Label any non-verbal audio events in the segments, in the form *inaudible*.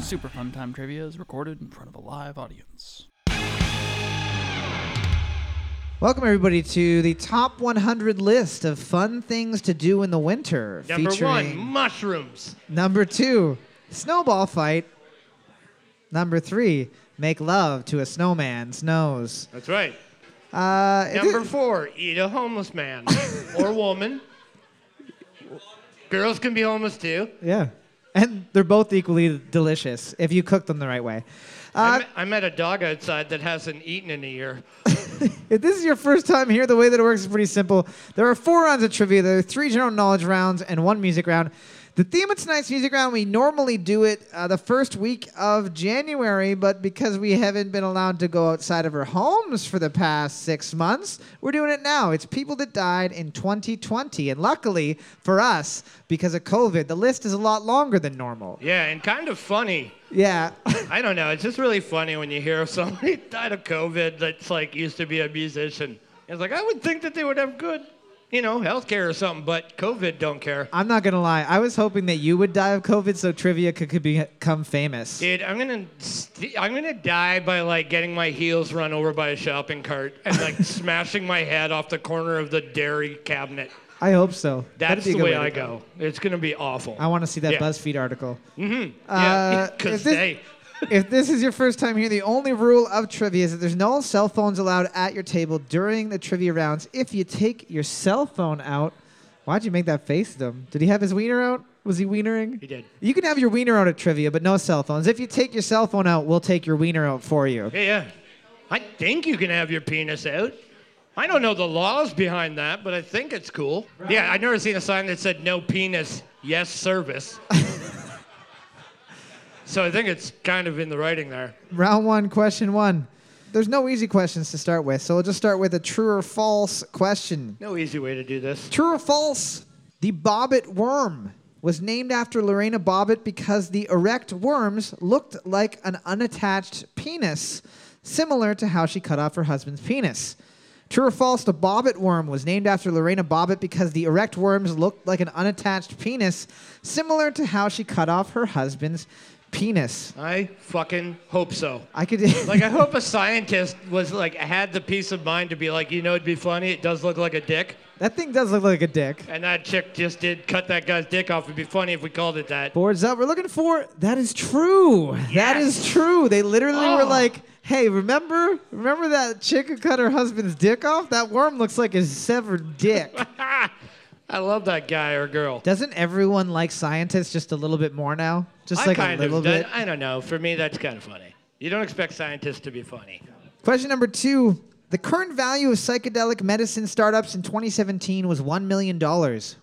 Super Fun Time Trivia is recorded in front of a live audience. Welcome everybody to the top 100 list of fun things to do in the winter. Number featuring one, mushrooms. Number two, snowball fight. Number three, make love to a snowman. Snows. That's right. Uh, it- Number four, eat a homeless man or woman. Girls can be homeless too. yeah, and they're both equally delicious if you cook them the right way. I, Uh, met, I met a dog outside that hasn't eaten in a year. If this is your first time here, the way that it works is pretty simple. There are four rounds of trivia. There are three general knowledge rounds and one music round. The theme of tonight's music round, we normally do it uh, the first week of January, but because we haven't been allowed to go outside of our homes for the past six months, we're doing it now. It's people that died in 2020. And luckily for us, because of COVID, the list is a lot longer than normal. Yeah, and kind of funny. Yeah. *laughs* I don't know. It's just really funny when you hear somebody *laughs* died of COVID that's like used to be a musician. It's like I would think that they would have good, you know, healthcare or something, but COVID don't care. I'm not going to lie. I was hoping that you would die of COVID so trivia could, could become famous. Dude, I'm gonna, st- I'm gonna die by like getting my heels run over by a shopping cart and *laughs* like smashing my head off the corner of the dairy cabinet. I hope so. That'd That's be a the good way to I go. go. It's gonna be awful. I want to see that Yeah. BuzzFeed article. *laughs* yeah, uh, because if this- they, *laughs* if this is your first time here, the only rule of trivia is that there's no cell phones allowed at your table during the trivia rounds. If you take your cell phone out, why'd you make that face at him? Did he have his wiener out? Was he wienering? He did. You can have your wiener out at trivia, but no cell phones. If you take your cell phone out, we'll take your wiener out for you. yeah, yeah. I think you can have your penis out. I don't know the laws behind that, but I think it's cool. Yeah, I've never seen a sign that said no penis, *laughs* yes service. so I think it's kind of in the writing there. Round one, question one. There's no easy questions to start with, so we'll just start with a true or false question. No easy way to do this. True or false? The bobbit worm was named after Lorena Bobbitt because the erect worms looked like an unattached penis, similar to how she cut off her husband's penis. True or false? The bobbit worm was named after Lorena Bobbitt because the erect worms looked like an unattached penis, similar to how she cut off her husband's penis. I fucking hope so. I could *laughs* Like I hope a scientist was like had the peace of mind to be like, you know, it'd be funny. It does look like a dick, that thing does look like a dick. and that chick just did cut that guy's dick off. It'd be funny if we called it that. Boards up. We're looking for. That is true. That is true. They literally were Oh. like, "Hey, remember? Remember that chick who cut her husband's dick off? That worm looks like his severed *laughs* dick." Ah, I love that guy or girl. Doesn't everyone like scientists just a little bit more now? Just I like a kind little of. bit. I don't know. For me, that's kind of funny. You don't expect scientists to be funny. Question number two. The current value of psychedelic medicine startups in 2017 was $1 million.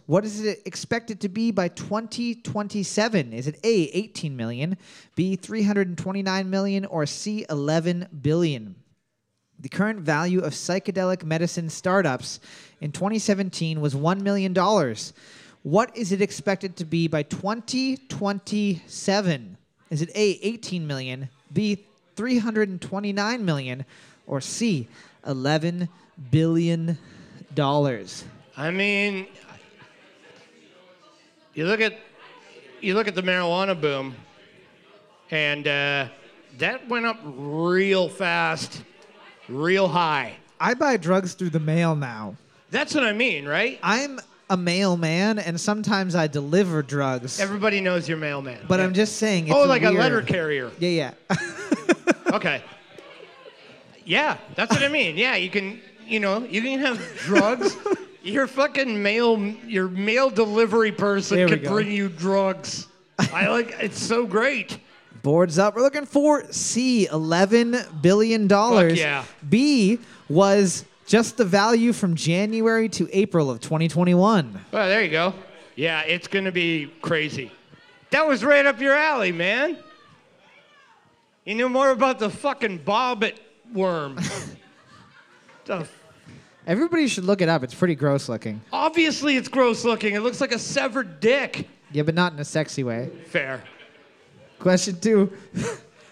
What is it expected to be by 2027? Is it A, 18 million, B, 329 million, or C, 11 billion? The current value of psychedelic medicine startups in 2017 was $1 million. What is it expected to be by 2027? Is it A, 18 million, B, 329 million, or C, 11 billion dollars? I mean, you look at you look at the marijuana boom, and uh, that went up real fast, real high. I buy drugs through the mail now. That's what I mean, right? I'm a mailman, and sometimes I deliver drugs. Everybody knows your mailman. but I'm just saying. It's oh, like weird. a letter carrier. Yeah, yeah. Okay. Yeah, that's what I mean. Yeah, you can, you know, you can have *laughs* drugs. your fucking mail, your mail delivery person There we can go. bring you drugs. I like. It's so great. Boards up. We're looking for C, eleven billion dollars. Fuck yeah. B was just the value from January to April of 2021. Well, there you go. Yeah, it's gonna be crazy. That was right up your alley, man. You knew more about the fucking bobbit *laughs* worm. The Everybody should look it up. It's pretty gross looking. Obviously, it's gross looking. It looks like a severed dick. Yeah, but not in a sexy way. Fair. Question two.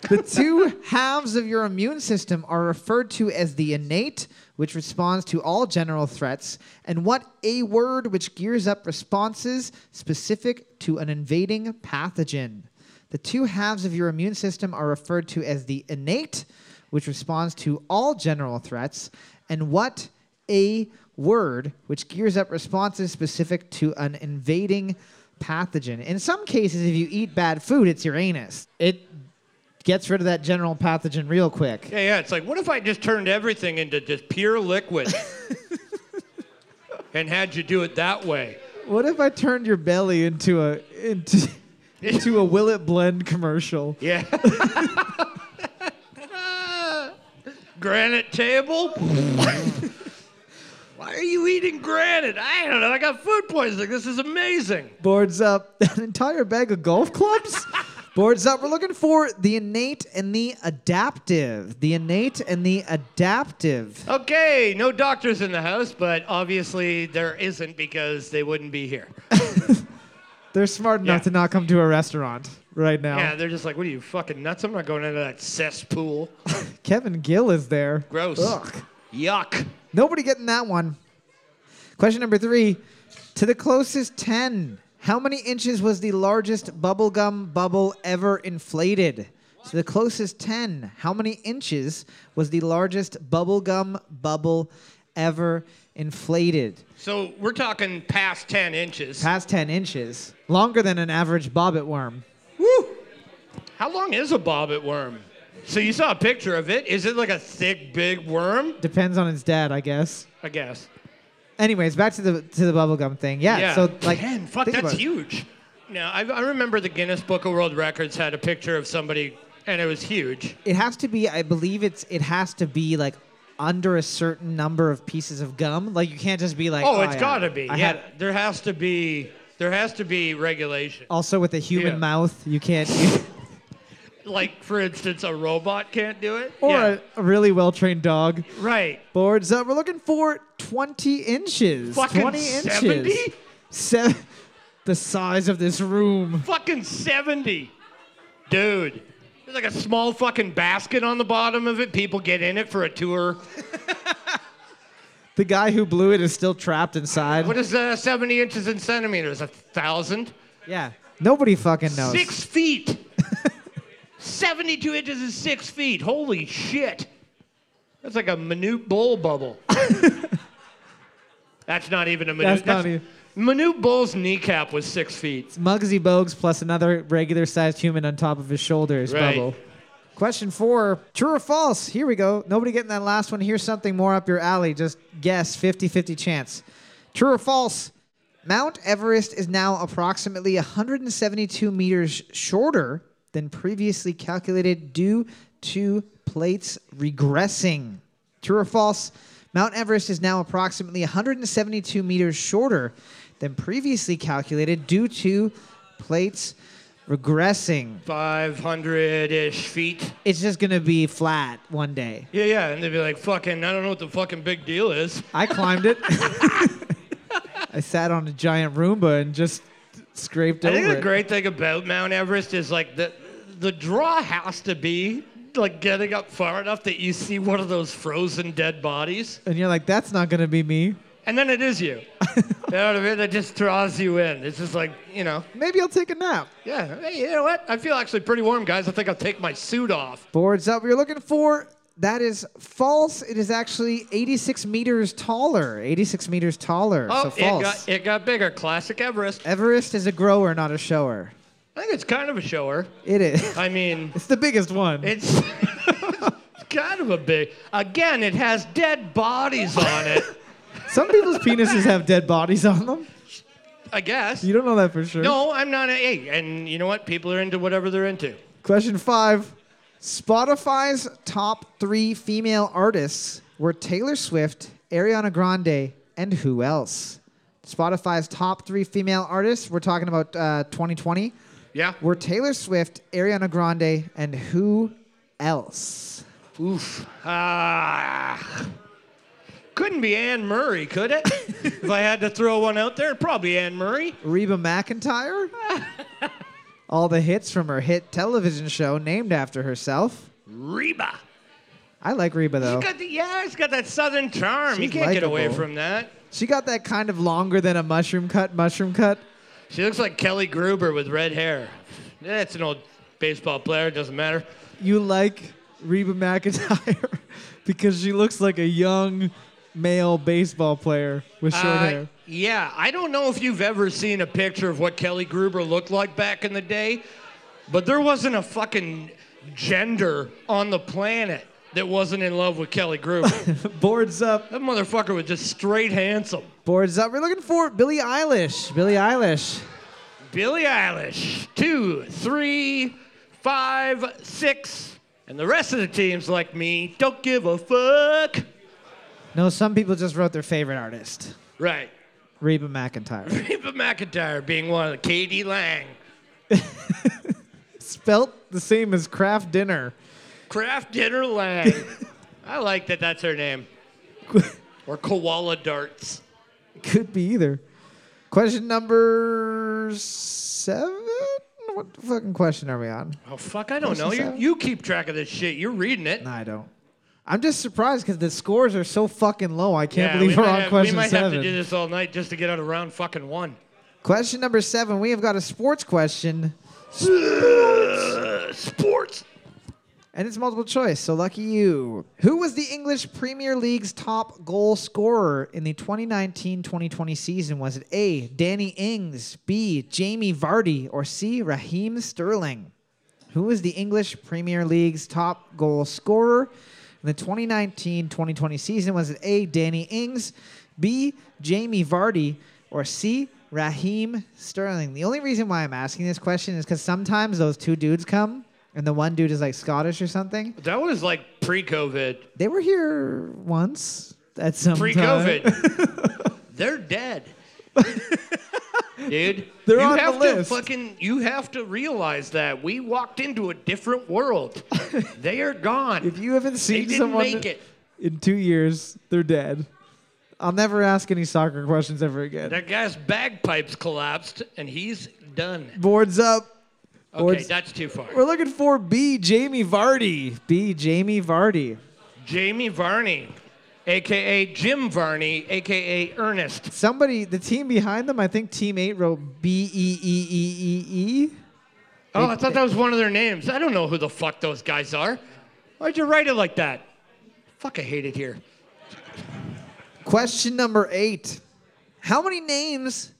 the two halves of your immune system are referred to as the innate, which responds to all general threats, and what a word, which gears up responses specific to an invading pathogen. The two halves of your immune system are referred to as the innate, which responds to all general threats, and what a word, which gears up responses specific to an invading pathogen. In some cases, if you eat bad food, it's your anus. It gets rid of that general pathogen real quick. Yeah, yeah. It's like, what if I just turned everything into just pure *laughs* liquid and had you do it that way? What if I turned your belly into a into *laughs* into a Will It Blend commercial? Yeah. *laughs* granite table? *laughs* Why are you eating granite? I don't know. I got food poisoning. This is amazing. Boards up *laughs* an entire bag of golf clubs. *laughs* Boards up. We're looking for the innate and the adaptive. The innate and the adaptive. Okay, no doctors in the house, but obviously there isn't because they wouldn't be here. They're smart enough Yeah. to not come to a restaurant right now. Yeah, they're just like, what are you fucking nuts? I'm not going into that cesspool. Kevin Gill is there. Gross. Ugh. Yuck. Nobody getting that one. Question number three. To the closest 10, how many inches was the largest bubblegum bubble ever inflated? To the closest 10, how many inches was the largest bubblegum bubble ever inflated? So we're talking past 10 inches. Past 10 inches. Longer than an average bobbit worm. Woo! How long is a bobbit worm? So you saw a picture of it. Is it like a thick, big worm? Depends on its dad, I guess. I guess. Anyways, back to the to the bubblegum thing. Yeah, so like 10. Fuck, think that's about it. huge. Now, I, I remember the Guinness Book of World Records had a picture of somebody, and it was huge. It has to be. I believe it's. It has to be like under a certain number of pieces of gum. Like you can't just be like. Oh, it's it's got to be. yeah, there has to be. There has to be regulation. also, with a human Yeah. mouth, you *laughs* can't. *laughs* Like, for instance, a robot can't do it. or yeah. a, a really well-trained dog. right. Boards up. We're looking for 20 inches. Fucking 20 inches. 70? Se- *laughs* the size of this room. Fucking 70. Dude. There's like a small fucking basket on the bottom of it. People get in it for a tour. The guy who blew it is still trapped inside. What is uh, 70 inches in centimeters? A thousand? yeah. Nobody fucking knows. Six feet. 72 inches is six feet. Holy shit. That's like a minute bowl *laughs* bubble. that's not even a minute. That's not even- Minute Bull's kneecap was six feet. Muggsy Bogues plus another regular sized human on top of his shoulders Right. bubble. Question four true or false? Here we go. Nobody getting that last one. Here's something more up your alley. Just guess 50 50 chance. True or false? Mount Everest is now approximately 172 meters shorter than previously calculated due to plates regressing. True or false? Mount Everest is now approximately 172 meters shorter than previously calculated due to plates regressing. 500 ish feet. It's just going to be flat one day. Yeah, yeah. And they'd be like, fucking, I don't know what the fucking big deal is. I climbed it. *laughs* I sat on a giant Roomba and just scraped I over think the it. great thing about Mount Everest is like the the draw has to be like getting up far enough that you see one of those frozen dead bodies, and you're like, that's not going to be me. and then it *laughs* is you. you know what I mean? That just draws you in. It's just like you know, Maybe I'll take a nap. yeah. Hey, you know what? I feel actually pretty warm, guys. I think I'll take my suit off. Boards up. You're looking for. That is false. It is actually 86 meters taller. 86 meters taller. so Oh, it false. got it got bigger. Classic Everest. Everest is a grower, not a shower. I think it's kind of a shower. It *laughs* is. I mean, It's the biggest one. *laughs* it's. *laughs* it's Kind of a big. Again, it has dead bodies on it. Some people's penises have dead bodies on them. I guess. You don't know that for sure. No, I'm not. A, hey, and you know what? People are into whatever they're into. Question five Spotify's top three female artists were Taylor Swift, Ariana Grande, and who else? Spotify's top three female artists, we're talking about uh, 2020, Yeah. were Taylor Swift, Ariana Grande, and who else? Oof. Ah. Couldn't be Anne Murray, could it? if I had to throw one out there, probably Anne Murray. Reba McIntyre? All the hits from her hit television show named after herself. Reba. I like Reba though. She's got the, yeah, she's got that southern charm. you She's can't get away likable. from that. she got that kind of longer than a mushroom cut, mushroom cut. She looks like Kelly Gruber with red hair. That's an old. baseball player, doesn't matter. You like *laughs* Reba McIntyre because she looks like a young male baseball player with short Uh, hair. Yeah, I don't know if you've ever seen a picture of what Kelly Gruber looked like back in the day, but there wasn't a fucking gender on the planet that wasn't in love with Kelly Gruber. *laughs* that Boards up. motherfucker was just straight handsome. Boards up. We're looking for Billie Eilish. Billie Eilish. Billie Eilish, two, three, five, six. And the rest of the team's like me, don't give a fuck. No, some people just wrote their favorite artist, Right. Reba McIntyre. Reba McIntyre being one of the Katie Lang. Spelt the same as Kraft Dinner. Craft Dinner Lang. I like that that's her name. or Koala Darts. Could be either. Question number seven? What fucking question are we on? Oh, fuck, I don't What's know. this You, at? you keep track of this shit. You're reading it. No, I don't. I'm just surprised because the scores are so fucking low. I can't Yeah, believe we we are might on have, question We might seven. have to do this all night just to get out of round fucking one. Question number seven. We have got a sports question, Uh, sports. and it's multiple choice. So lucky you. Who was the English Premier League's top goal scorer in the 2019-2020 season? Was it A. Danny Ings, B. Jamie Vardy, or C. Raheem Sterling? Who was the English Premier League's top goal scorer in the 2019-2020 season? Was it A. Danny Ings, B. Jamie Vardy, or C. Raheem Sterling? The only reason why I'm asking this question is because sometimes those two dudes come, and the one dude is like Scottish or something. That was like pre COVID. They were here once at some Pre time. COVID. They're dead. Dude, They're you on the have to list. fucking you have to realize that we walked into a different world. they are gone. If you haven't They seen didn't someone make it. in two years, they're dead. I'll never ask any soccer questions ever again. That guy's bagpipes collapsed and he's done. Boards up. Okay, Boards- that's too far. We're looking for B. Jamie Vardy. B. Jamie Vardy. Jamie Varney, aka Jim Varney, aka Ernest. Somebody, the team behind them, I think Team 8 wrote B E E E E E. Oh, I thought that was one of their names. I don't know who the fuck those guys are. Why'd you write it like that? Fuck, I hate it here. Question number eight. How many names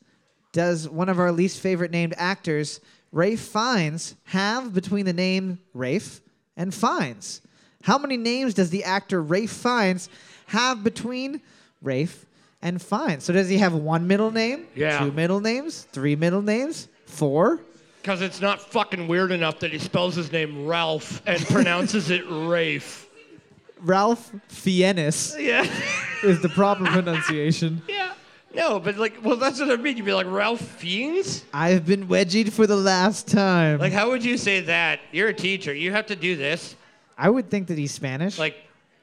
does one of our least favorite named actors, Rafe Fiennes, have between the name Rafe and Fiennes? How many names does the actor Rafe Fiennes have between Rafe and Fiennes? So does he have one middle name, Yeah. two middle names, three middle names, four? Because it's not fucking weird enough that he spells his name Ralph and pronounces it Rafe. Ralph Fiennes *laughs* Yeah. *laughs* is the proper pronunciation. Asian. yeah. No, but like, well, that's what I mean. You'd be like, Ralph Fiennes? I've been wedgied for the last time. Like, how would you say that? You're a teacher. You have to do this. I would think that he's Spanish. Like,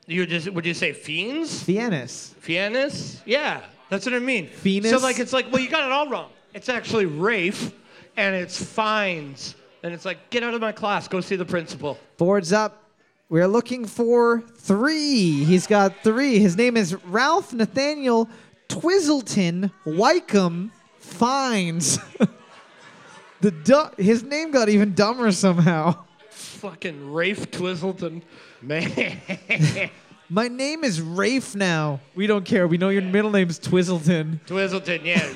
you just, would you say Fiends? Fiennes. Fiennes? Yeah. That's what I mean. Fiennes? So, like, it's like, well, you got it all wrong. It's actually Rafe and it's Fines. And it's like, get out of my class. Go see the principal. Boards up. We're looking for three. He's got three. His name is Ralph Nathaniel Twizzleton Wycombe Fines. *laughs* the du- his name got even dumber somehow. Fucking Rafe Twizzleton. Man. My name is Rafe now. We don't care. We know your middle name's Twizzleton. *laughs* Twizzleton, yeah.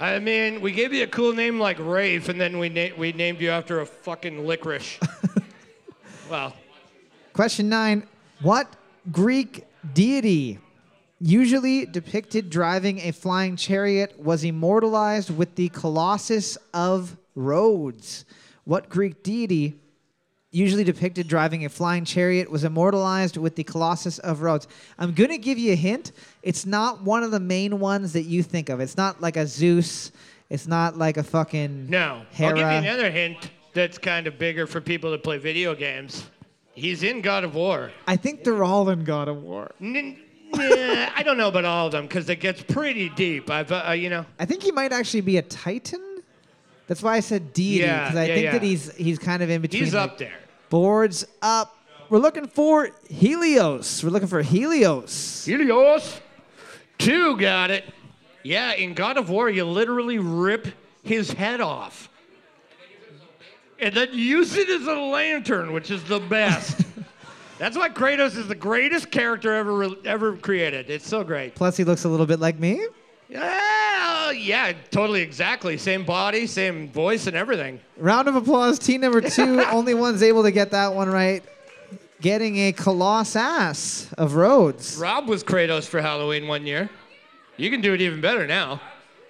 I mean, we gave you a cool name like Rafe, and then we na- we named you after a fucking licorice. well, Question nine What Greek deity, usually depicted driving a flying chariot, was immortalized with the Colossus of Rhodes? What Greek deity, usually depicted driving a flying chariot, was immortalized with the Colossus of Rhodes? I'm going to give you a hint. It's not one of the main ones that you think of. It's not like a Zeus. It's not like a fucking. no. I'll Hera. give you another hint that's kind of bigger for people that play video games. He's in God of War. I think they're all in God of War. N- *laughs* nah, I don't know about all of them because it gets pretty deep. I've, uh, you know, I think he might actually be a Titan. That's why I said deity Yeah, because I yeah, think that yeah. he's he's kind of in between. he's like, up there. Boards up. We're looking for Helios. We're looking for Helios. Helios, two got it. Yeah, in God of War, you literally rip his head off. and then use it as a lantern, which is the best. That's why Kratos is the greatest character ever re- ever created. It's so great. Plus, he looks a little bit like me. Yeah, yeah, totally, exactly. Same body, same voice, and everything. Round of applause, team *laughs* number two. only one's able to get that one right. Getting a colossus of Rhodes. Rob was Kratos for Halloween one year. You can do it even better now.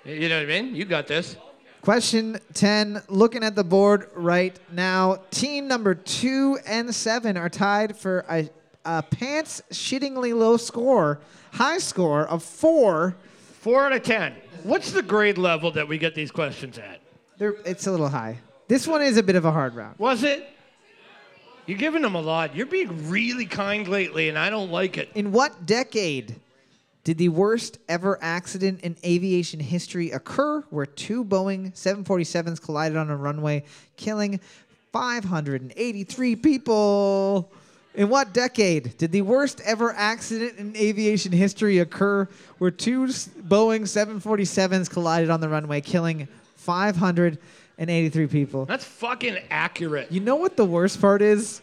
You know what I mean? You got this. Question 10, looking at the board right now. Team number two and seven are tied for a, a pants shittingly low score, high score of four. Four out of ten. What's the grade level that we get these questions at? They're, it's a little high. This one is a bit of a hard round. Was it? You're giving them a lot. You're being really kind lately, and I don't like it. In what decade did the worst ever accident in aviation history occur where two Boeing 747s collided on a runway, killing 583 people? In what decade did the worst ever accident in aviation history occur where two s- Boeing 747s collided on the runway, killing 583 people? That's fucking accurate. You know what the worst part is?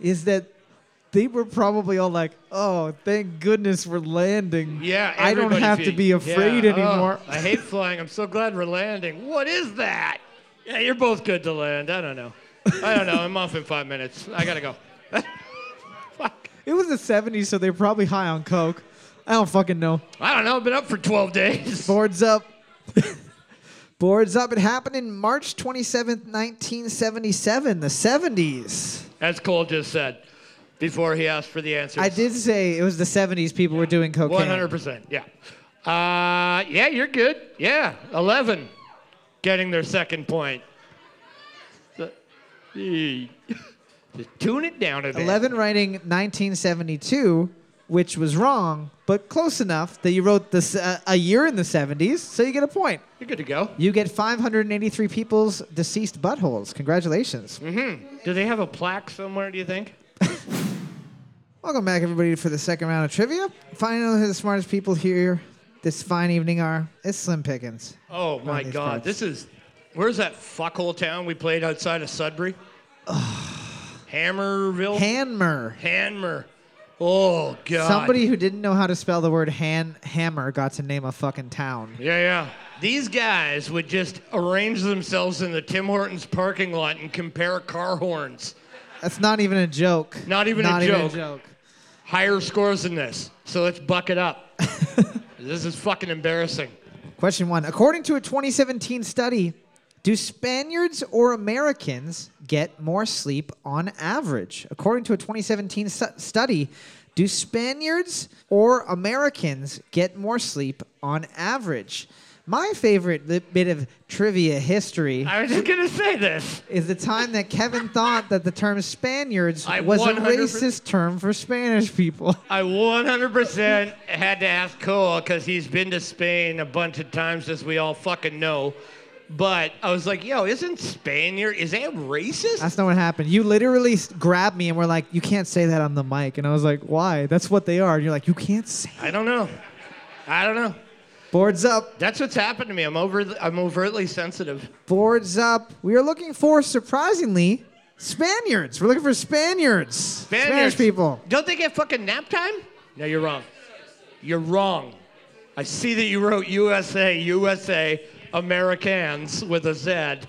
Is that they were probably all like, "Oh, thank goodness we're landing. Yeah, I don't everybody have to feet. be afraid Yeah, oh, anymore." I hate flying. I'm so glad we're landing. What is that? Yeah, you're both good to land. I don't know. I don't know. I'm off in five minutes. I gotta go. *laughs* Fuck. It was the '70s, so they're probably high on coke. I don't fucking know. I don't know. I've been up for 12 days. Boards *laughs* up. Boards up. It happened in March 27th, 1977, the 70s. As Cole just said, before he asked for the answers. I did say it was the 70s people were doing cocaine. One hundred percent. Yeah. Uh, yeah, you're good. Yeah, eleven, getting their second point. *laughs* So- eh, Just tune it down a bit. 11 writing 1972, which was wrong, but close enough that you wrote this uh, a year in the 70s, so you get a point. You're good to go. You get 583 people's deceased buttholes. Congratulations. Mm-hmm. Do they have a plaque somewhere? Do you think? Welcome back, everybody, for the second round of trivia. Finding out who the smartest people here this fine evening are is Slim Pickens. Oh my these God, cards. this is. Where's that fuckhole town we played outside of Sudbury? Hammerville. Hanmer. Hammer. Oh God. Somebody who didn't know how to spell the word han hammer got to name a fucking town. Yeah, yeah. These guys would just arrange themselves in the Tim Hortons parking lot and compare car horns. That's not even a joke. Not even a Not even joke. a joke. Higher scores than this, so let's buck it up. this is fucking embarrassing. Question one. According to a 2017 study, do Spaniards or Americans get more sleep on average? According to a 2017 stu- study, do Spaniards or Americans get more sleep on average? My favorite li- bit of trivia history I was just gonna say this. is the time that Kevin thought that the term Spaniards I was a 100% racist term for Spanish people. *laughs* I 100% had to ask Cole because he's been to Spain a bunch of times, as we all fucking know. But I was like, yo, isn't Spain your, is that racist? That's not what happened. You literally s- grabbed me and were like, "You can't say that on the mic," and I was like, "Why? That's what they are." And you're like, "You can't say." I don't know. I don't know. Boards up, That's what's happened to me. I'm over. I'm overtly sensitive. boards up. We are looking for surprisingly Spaniards. We're looking for Spaniards, Spanish Spaniards. people. Don't they get fucking nap time? No, you're wrong. You're wrong. I see that you wrote USA, USA, Americans with a Z,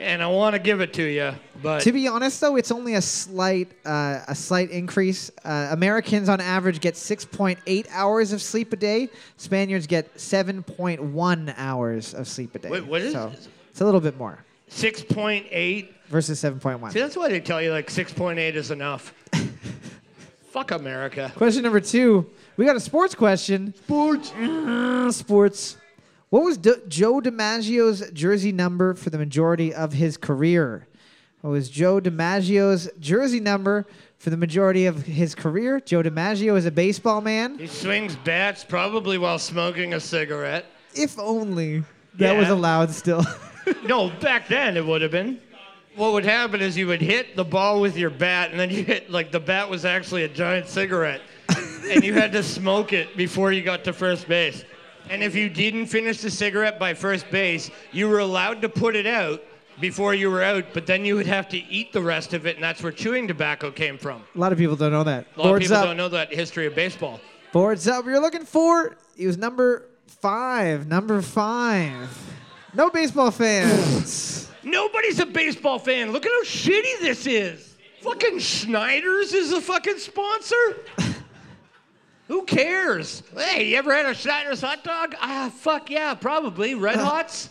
and I want to give it to you, but To be honest, though, it's only a slight, uh, a slight increase. Uh, Americans, on average, get 6.8 hours of sleep a day. Spaniards get 7.1 hours of sleep a day. Wait, what is- so It's a little bit more 6.8. versus 7.1. See, that's why they tell you like 6.8 is enough. *laughs* Fuck America. Question number two. We got a sports question. Sports. Ah, Mm, sports. What was D- Joe DiMaggio's jersey number for the majority of his career? What was Joe DiMaggio's jersey number for the majority of his career? Joe DiMaggio is a baseball man. He swings bats probably while smoking a cigarette. If only that was Yeah. allowed still. *laughs* No, back then it would have been. What would happen is you would hit the ball with your bat, and then you hit like the bat was actually a giant cigarette, and you had to smoke it before you got to first base. And if you didn't finish the cigarette by first base, you were allowed to put it out, before you were out, but then you would have to eat the rest of it, and that's where chewing tobacco came from. A lot of people don't know that. A lot Boards of people up. don't know that history of baseball. Boards up. You're looking for. He was number five. Number five. No baseball *laughs* fans. Nobody's a baseball fan. Look at how shitty this is. Fucking Schneider's is a fucking sponsor. *laughs* Who cares? Hey, you ever had a Schneider's hot dog? Ah, fuck yeah, *laughs* probably. Red Hots?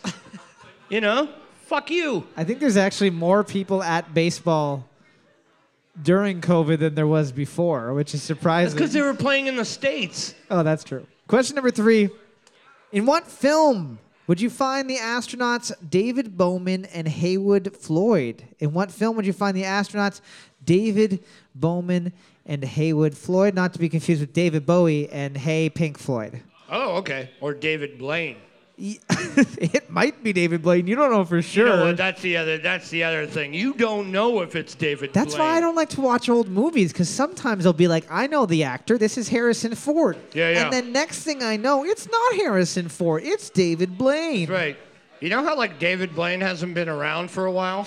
you know? Fuck you. I think there's actually more people at baseball during COVID than there was before, which is That's because surprising. they were playing in the States. Oh, that's true. Question number three In what film would you find the astronauts David Bowman and Haywood Floyd? In what film would you find the astronauts David Bowman and Haywood Floyd? Not to be confused with David Bowie and Hey Pink Floyd. *laughs* Oh, okay. Or David Blaine. Ye- it might be David Blaine. You don't know for sure. You know what? That's the other. That's the other thing. You don't know if it's David. That's why I Blaine. don't like to watch old movies because sometimes they'll be like, I know the actor. This is Harrison Ford. Yeah, yeah. And then next thing I know, it's not Harrison Ford. It's David Blaine. That's right. You know how like David Blaine hasn't been around for a while.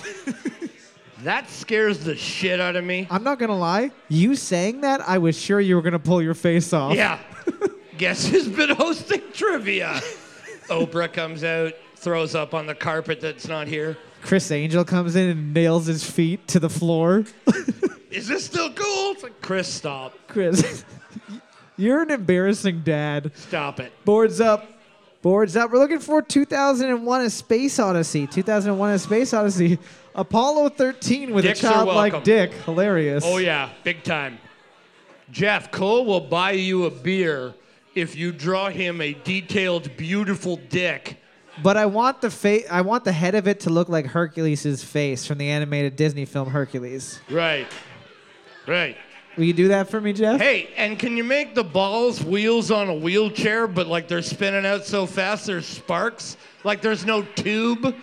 that scares the shit out of me. I'm not going to lie. You saying that, I was sure you were going to pull your face off. Yeah. Guess who's been hosting trivia? Oprah comes out, throws up on the carpet that's not here. Chris Angel comes in and nails his feet to the floor. *laughs* Is this still cool? It's like, Chris, stop. Chris, *laughs* You're an embarrassing dad. Stop it. boards up. Boards up. We're looking for 2001 A Space Odyssey. 2001 A Space Odyssey. Apollo 13 with Dicks a are childlike welcome. dick. Hilarious. Oh, yeah, big time. Jeff, Cole will buy you a beer if you draw him a detailed, beautiful dick. But I want the fa- I want the head of it to look like Hercules' face from the animated Disney film Hercules. Right. Right. Will you do that for me, Jeff? Hey, and can you make the balls wheels on a wheelchair, but like they're spinning out so fast there's sparks? Like there's no tube?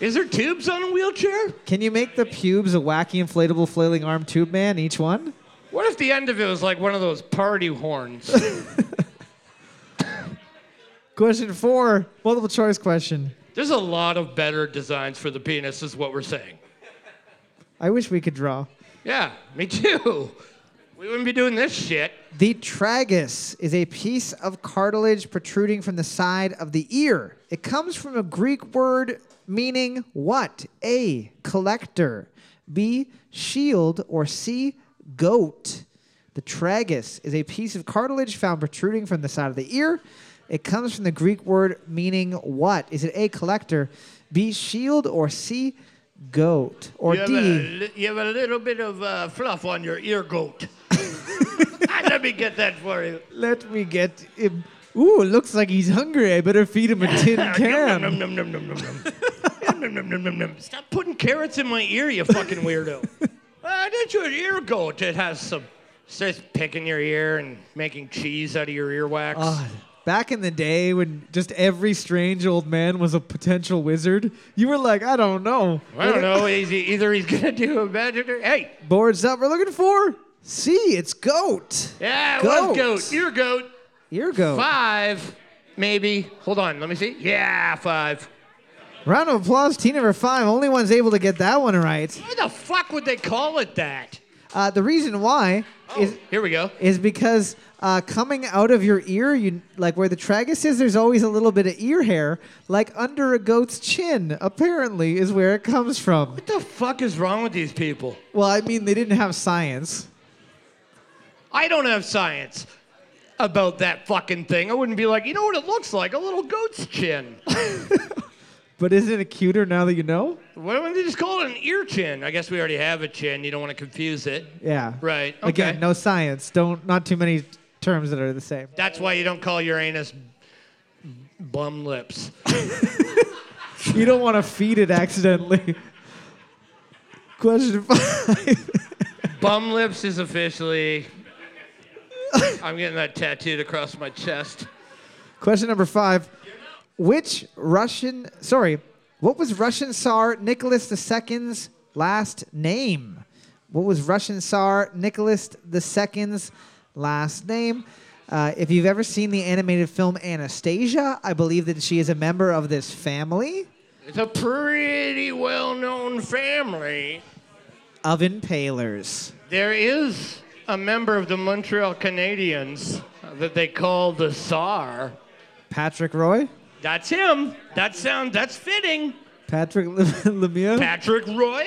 Is there tubes on a wheelchair? Can you make the pubes a wacky inflatable flailing arm tube man, each one? What if the end of it was like one of those party horns? Question four, multiple choice question. There's a lot of better designs for the penis, is what we're saying. I wish we could draw. Yeah, me too. We wouldn't be doing this shit. The tragus is a piece of cartilage protruding from the side of the ear. It comes from a Greek word meaning what? A. Collector. B. Shield. Or C. Goat. The tragus is a piece of cartilage found protruding from the side of the ear. It comes from the Greek word meaning what? Is it A. Collector? B. Shield. Or C. Goat? Or You have, D. a, li- you have a little bit of uh, fluff on your ear *laughs* goat. Ah, Let me get that for you. Let me get him. Ooh, looks like he's hungry. I better feed *laughs* him a tin Yum, yum, yum, yum, yum, yum, yum. Yum, yum, yum, yum, yum, yum. Stop putting carrots in my ear, you *laughs* fucking weirdo. uh, that's your ear goat. It has some. Starts picking your ear and making cheese out of your earwax. God. Back in the day when just every strange old man was a potential wizard, you were like, I don't know. I don't know. He's, either he's gonna do a magic. or- Hey, Boards up. We're looking for C. It's goat. yeah, it Goat. was goat. Ear goat. Ear goat. Five, maybe. Hold on. Let me see. Yeah, five. Round of applause. Team number five. Only one's able to get that one right. Why the fuck would they call it that? Uh, the reason why is Here we go. is because uh, coming out of your ear, you like where the tragus is. There's always a little bit of ear hair, like under a goat's chin. Apparently, is where it comes from. What the fuck is wrong with these people? Well, I mean, they didn't have science. I don't have science about that fucking thing. I wouldn't be like, you know what it looks like? A little goat's chin. But isn't it cuter now that you know? Why don't they just call it an ear chin? I guess we already have a chin. You don't want to confuse it. Yeah. Right. Okay. Again, no science. Don't not too many terms that are the same. That's why you don't call your anus bum lips. You don't want to feed it accidentally. *laughs* Question five. bum lips is officially. I'm getting that tattooed across my chest. Question number five. Which Russian? Sorry, what was Russian Tsar Nicholas II's last name? What was Russian Tsar Nicholas II's last name? Uh, if you've ever seen the animated film Anastasia, I believe that she is a member of this family. It's a pretty well known family. Of impalers. There is a member of the Montreal Canadiens that they call the Tsar. Patrick Roy? That's him. That sound that's fitting. Patrick Le- *laughs* Lemieux. Patrick Roy.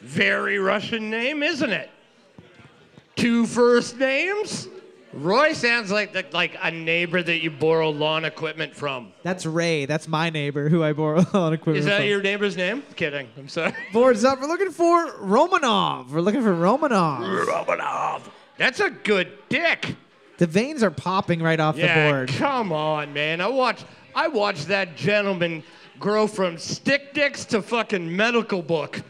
Very Russian name, isn't it? Two first names. Roy sounds like the, like a neighbor that you borrow lawn equipment from. That's Ray. That's My neighbor, who I *laughs* borrow on equipment. Is that from. your neighbor's name? Kidding. I'm sorry. boards up. We're looking for Romanov. We're looking for Romanov. That's a good dick. The veins are popping right off Yeah, the board. come on, man. I watched I watched that gentleman grow from stick dicks to fucking medical book,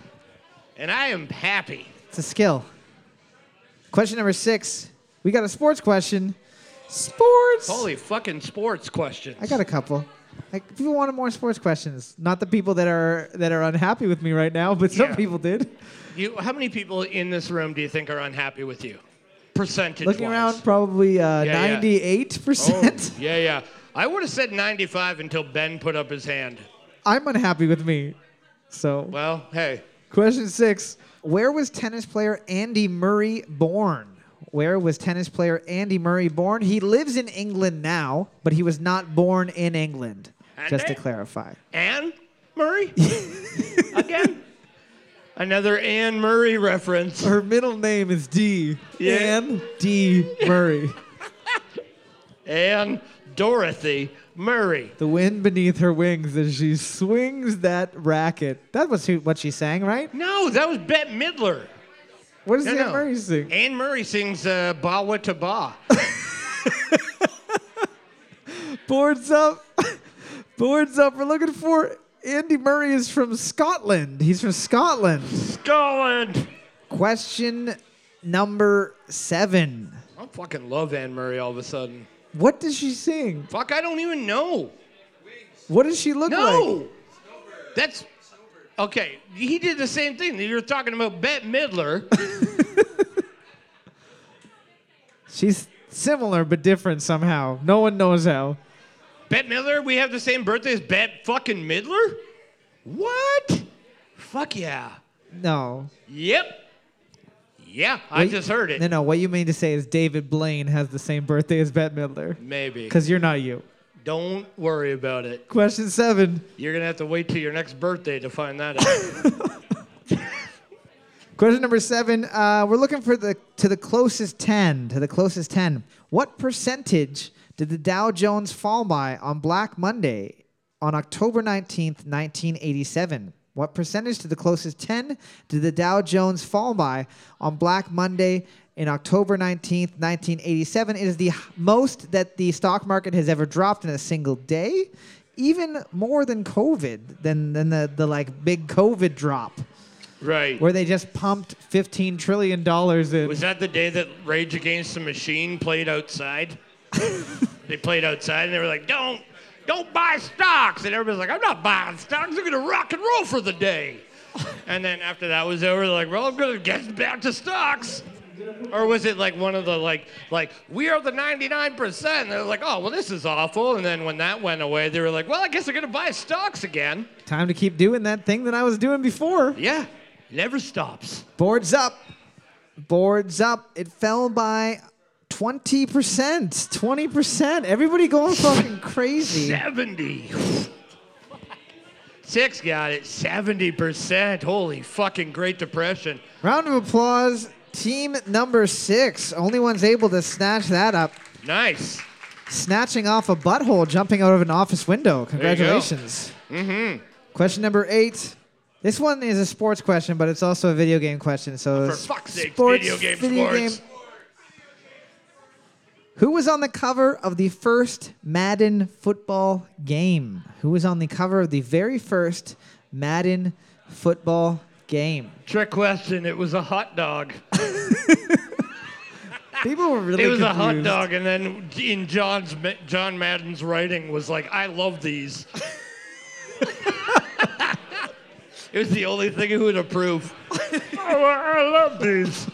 and I am happy. It's a skill. Question number six. We got a sports question. Sports. Holy fucking sports questions. I got a couple. Like people wanted more sports questions. Not the people that are that are unhappy with me right now, but some Yeah. people did. You, how many people in this room do you think are unhappy with you? Percentage. Looking wise. around, probably uh, Yeah, Oh. yeah. 98%. *laughs* Yeah, yeah. I would have said 95 until Ben put up his hand. *laughs* I'm unhappy with me. So, Well, hey, question six Where was tennis player Andy Murray born? Where was tennis player Andy Murray born? He lives in England now, but he was not born in England, just to Andy? clarify. Anne *laughs* Murray again. Another Anne Murray reference. Her middle name is D. Yeah. Ann D. Murray. Anne Dorothy Murray. the wind beneath her wings as she swings that racket. That was who, what she sang, right? No, that was Bette Midler. What does No, Ann no. Murray sing? Anne Murray sings uh, "Ba Wa Ta *laughs* Ba." Boards up. *laughs* Boards up. We're looking for Andy Murray is from Scotland. He's from Scotland. Scotland. Question number seven. I fucking love Anne Murray all of a sudden. What does she sing? Fuck, I don't even know. What does she look like? No, that's okay. He did the same thing. You were talking about Bette *laughs* Midler. She's similar but different somehow. No one knows how. Bette Midler. We have the same birthday as Bette fucking Midler. What? Fuck yeah. No. Yep. Yeah, I Wait, just heard it. No, no. What you mean to say is David Blaine has the same birthday as Bette Midler. Maybe. Because you're not you. Don't worry about it. Question seven. You're gonna have to wait till your next birthday to find that *laughs* out. Question number seven. Uh, we're looking for the to the closest ten. To the closest ten. What percentage did the Dow Jones fall by on Black Monday on October nineteenth, nineteen eighty-seven? What percentage to the closest ten did the Dow Jones fall by on Black Monday in October nineteenth, nineteen eighty-seven? It is the h- most that the stock market has ever dropped in a single day, even more than COVID, than than the the like big COVID drop right. where they just pumped 15 trillion dollars in. Was that the day that Rage Against the Machine played *laughs* outside? they played outside and they were like, "Don't, don't buy stocks," and everybody's like, "I'm not buying stocks. I'm gonna rock and roll for the *laughs* day." and then after that was over, they're like, "Well, I'm gonna get back to stocks." Or was it like one of the like like we are the 99%? They're like, "Oh, well, this is awful." And then when that went away, they were like, "Well, I guess I'm gonna buy stocks again." Time to keep doing that thing that I was doing before. Yeah, never stops. Boards up. Boards up. It fell by 20%. 20%. Everybody going fucking crazy. 70. Six got it. 70%. Holy fucking Great Depression. Round of applause. Team number six. Only one's able to snatch that up. Nice. Snatching off a butthole, jumping out of an office window. you go. Congratulations. Mm-hmm. Question number eight. This one is a sports question, but it's also a video game question. So For it's fuck's sake, sports, video game video sports. game- Who was on the cover of the first Madden football game? Who was on the cover of the very first Madden football *laughs* game? Trick question. It was a hot dog. People were really It was a hot confused. dog, and then in John's John Madden's writing was like, "I love these." *laughs* *laughs* it was the only thing he would approve. oh, I love these.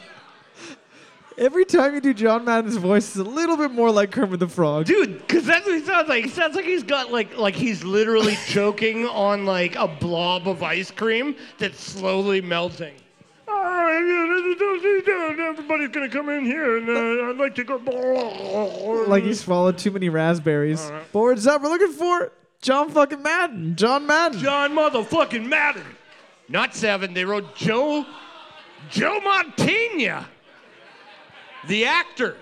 Every time you do John Madden's voice, it's a little bit more like Kermit the Frog. Dude, because that's what he sounds like. He sounds like he's got like like he's *laughs* literally choking on like a blob of ice cream that's slowly melting. Everybody's gonna come in here, and uh, I'd like to go. Like he Mm. swallowed too many raspberries. Boards up. We're looking for John fucking Madden. John Madden. John motherfucking Madden. Not seven. They wrote Joe, Joe Montana, the actor.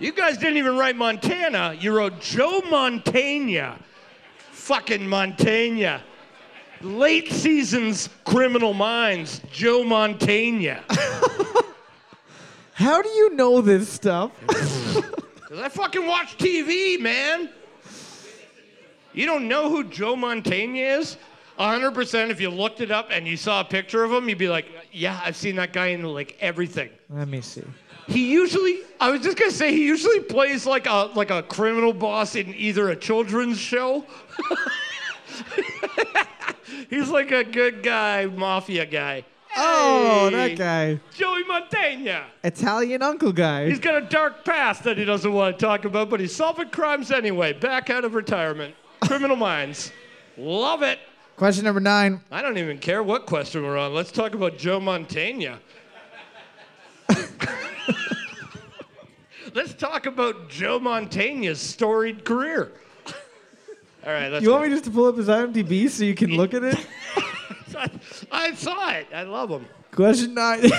You guys didn't even write Montana. You wrote Joe Montana, fucking Montana. Late seasons Criminal Minds, Joe Montana. How do you know this stuff? Cause I fucking watch TV, man. You don't know who Joe Montana is? 100% if you looked it up and you saw a picture of him, you'd be like, yeah, I've seen that guy in like everything. Let me see. He usually, I was just gonna say, he usually plays like a like a criminal boss in either a children's show. *laughs* He's like a good guy, mafia guy. Oh, Hey, that guy. Joey Montana. Italian uncle guy. He's got a dark past that he doesn't want to talk about, but he's solving crimes anyway. Back out of retirement. Criminal Minds. Love it. Question number nine. I don't even care what question we're on. Let's talk about Joe Montana. Let's talk about Joe Montana's storied career. All right, let's you want go. me just to pull up his IMDb so you can look at it? *laughs* I saw it. I love him. Question nine.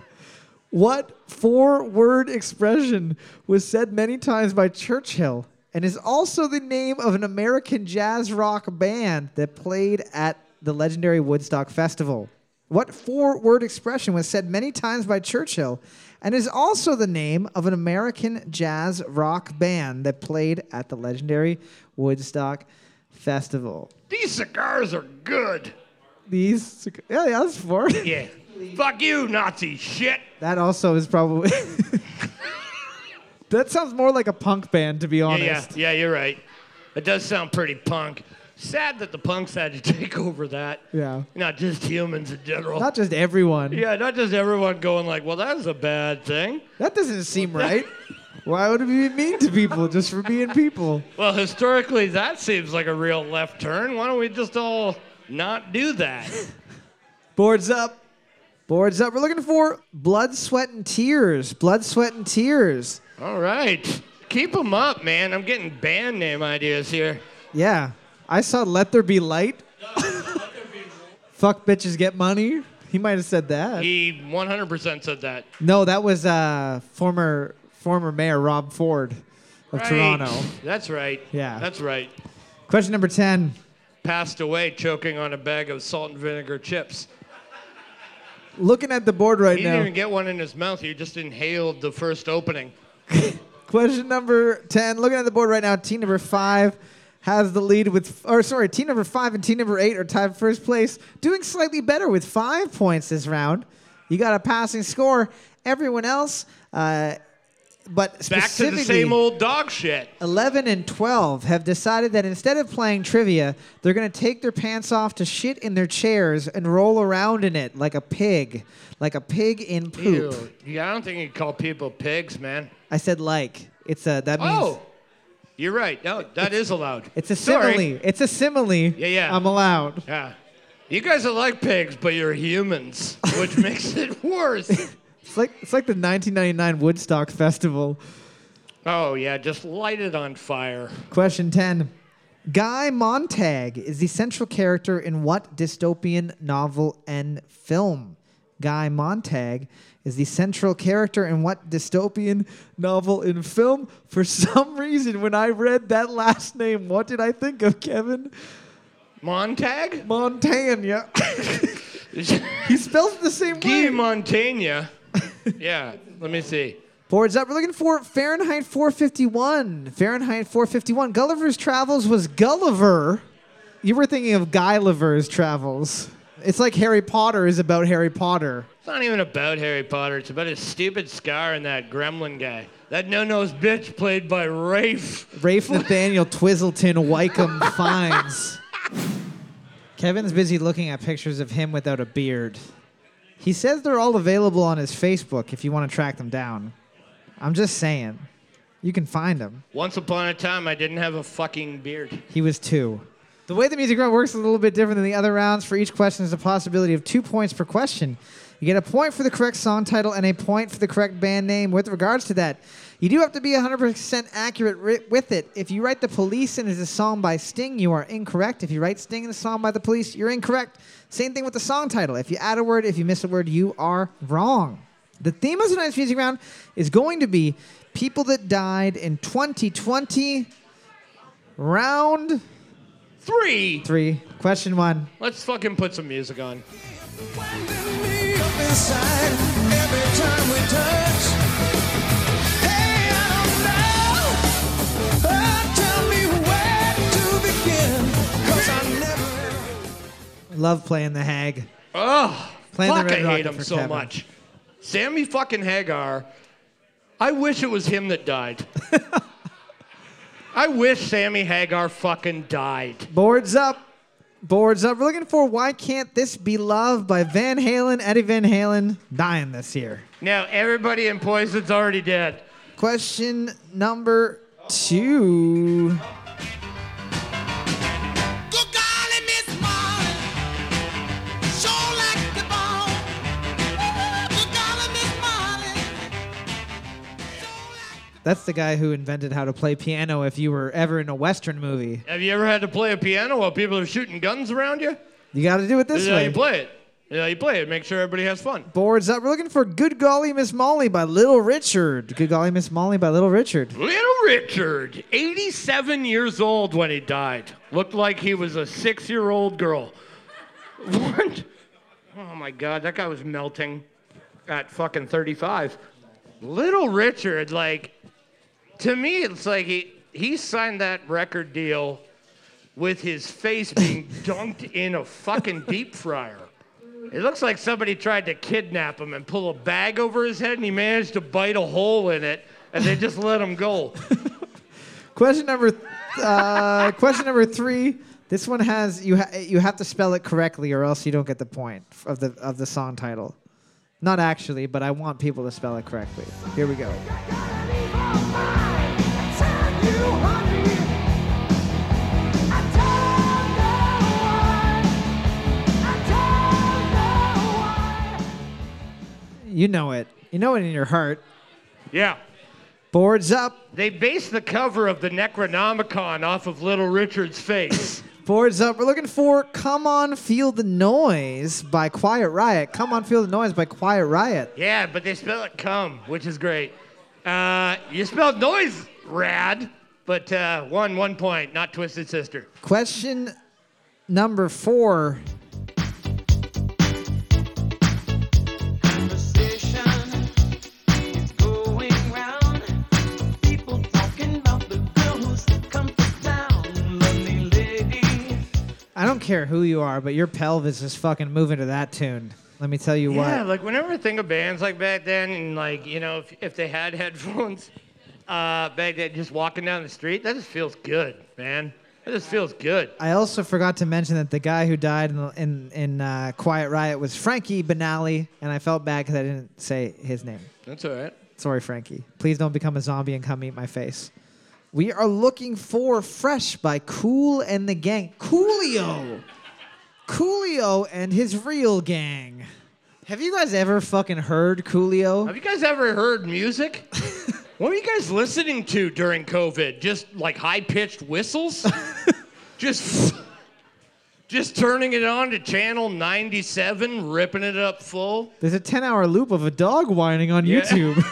*laughs* what four word expression was said many times by Churchill and is also the name of an American jazz rock band that played at the legendary Woodstock Festival? What four word expression was said many times by Churchill and is also the name of an American jazz rock band that played at the legendary Woodstock Festival? These cigars are good. These, yeah, yeah, that's four. *laughs* Yeah. Fuck you, Nazi shit. That also is probably. *laughs* that sounds more like a punk band, to be honest. Yeah, yeah, yeah, you're right. It does sound pretty punk. Sad that the punks had to *laughs* take over that. Yeah. Not just humans in general. Not just everyone. *laughs* yeah, not just everyone going like, well, that's a bad thing. That doesn't seem right. Why would we be mean to people just for being people? Well, historically, that seems like a real left turn. Why don't we just all not *laughs* do that? Boards up. Boards up. We're looking for Blood, Sweat, and Tears. Blood, Sweat, and Tears. all right. Keep them up, man. I'm getting band name ideas here. Yeah. I saw Let There Be Light. *laughs* Fuck bitches get money. He might have said that. He 100% said that. No, that was uh, former former mayor Rob Ford of Right. Toronto. That's right. Yeah. That's right. Question number 10. Passed away choking on a bag of salt and vinegar chips. Looking at the board right He now. didn't even get one in his mouth. He just inhaled the first opening. Question number 10. Looking at the board right now, team number five has the lead with, or sorry, team number five and team number eight are tied for first place, doing slightly better with five points this round. You got a passing score. Everyone else, uh, but Back to specifically, the same old dog shit. 11 and 12 have decided that instead of playing trivia, they're going to take their pants off to shit in their chairs and roll around in it like a pig, like a pig in poop. Ew. Yeah, I don't think you'd call people pigs, man. I said like. It's a, that means. Oh, you're right. No, that is allowed. It's a simile. Sorry. It's a simile. Yeah, yeah. I'm allowed. Yeah. You guys are like pigs, but you're humans, *laughs* which makes it worse. It's like it's like the 1999 Woodstock Festival. Oh, yeah, just light it on fire. Question 10. Guy Montag is the central character in what dystopian novel and film? Guy Montag is the central character in what dystopian novel and film? For some reason, when I read that last name, what did I think of, Kevin? *laughs* Montag? Montana. *laughs* he spells it the same Guy way. Montaigne. Yeah, let me see. Boards up. We're looking for Fahrenheit 451. Fahrenheit 451. Gulliver's Travels was Gulliver. You were thinking of Gulliver's Travels. It's like Harry Potter is about Harry Potter. It's not even about Harry Potter. It's about his stupid scar and that gremlin guy. That no-nose bitch played by Rafe. Rafe Nathaniel Twizzleton Wycombe Fines. Kevin's busy looking at pictures of him without a beard. He says they're all available on his Facebook if you want to track them down. I'm just saying. You can find them. Once upon a time, I didn't have a fucking beard. He was two. The way the music round works is a little bit different than the other rounds. For each question, there's a possibility of two points per question. You get a point for the correct song title and a point for the correct band name. With regards to that, you do have to be 100% accurate ri- with it. If you write The Police and it's a song by Sting, you are incorrect. If you write Sting and a song by The Police, you're incorrect. Same thing with the song title. If you add a word, if you miss a word, you are wrong. The theme of tonight's music round is going to be people that died in 2020. Round Three. three. Question one. Let's fucking put some music on. Winding me up inside every time we touch. Hey, I don't know. Oh, tell me where to begin. 'Cause I never. Love playing the hag. Oh, Playing the fuck, Red I hate Rocket him for so Kevin. much. Sammy fucking Hagar. I wish it was him *laughs* that died. I wish Sammy Hagar fucking died. Boards up. Boards up. We're looking for Why Can't This Be Love by Van Halen, Eddie Van Halen, dying this year. Now everybody in Poison's already dead. Question number two. Good golly, Miss Molly, sure like the bone. Good golly, Miss Molly, sure like That's the guy who invented how to play piano if you were ever in a Western movie. Have you ever had to play a piano while people are shooting guns around you? You got to do it This this is how you way. play it. This is how you play it. Make sure everybody has fun. Boards up. We're looking for Good Golly Miss Molly by Little Richard. Good Golly Miss Molly by Little Richard. Little Richard, 87 years old when he died. Looked like he was a six year old girl. What? Oh my God, that guy was melting at fucking 35. Little Richard, like, to me, it's like he, he signed that record deal with his face being dunked in a fucking deep fryer. It looks like somebody tried to kidnap him and pull a bag over his head, and he managed to bite a hole in it, and they just let him go. Question number, th- uh, question number three. This one has you. Ha- you have to spell it correctly, or else you don't get the point of the of the song title. Not actually, but I want people to spell it correctly. Here we go. You know it. You know it in your heart. Yeah. Boards up. They based the cover of the Necronomicon off of Little Richard's face. Boards up. We're looking for "Come On, Feel the Noise" by Quiet Riot. "Come On, Feel the Noise" by Quiet Riot. yeah, but they spell it cum, which is great. Uh, you spelled noise rad, but uh, one one point, not Twisted Sister. Question number four. I don't care who you are, but your pelvis is fucking moving to that tune. Let me tell you Yeah, what. like whenever I think of bands like back then, and like you know, if, if they had *laughs* headphones, uh, back then, just walking down the street, that just feels good, man. That just feels good. I also forgot to mention that the guy who died in in, in uh, Quiet Riot was Frankie Benali, and I felt bad because I didn't say his name. That's all right. Sorry, Frankie. Please don't become a zombie and come eat my face. We are looking for Fresh by Cool and the Gang. Coolio! Coolio and his real gang. Have you guys ever fucking heard Coolio? Have you guys ever heard *laughs* music? what were you guys listening to during COVID? Just like high pitched *laughs* whistles? just just turning it on to channel 97, ripping it up full? There's a 10 hour loop of a dog whining on Yeah. YouTube.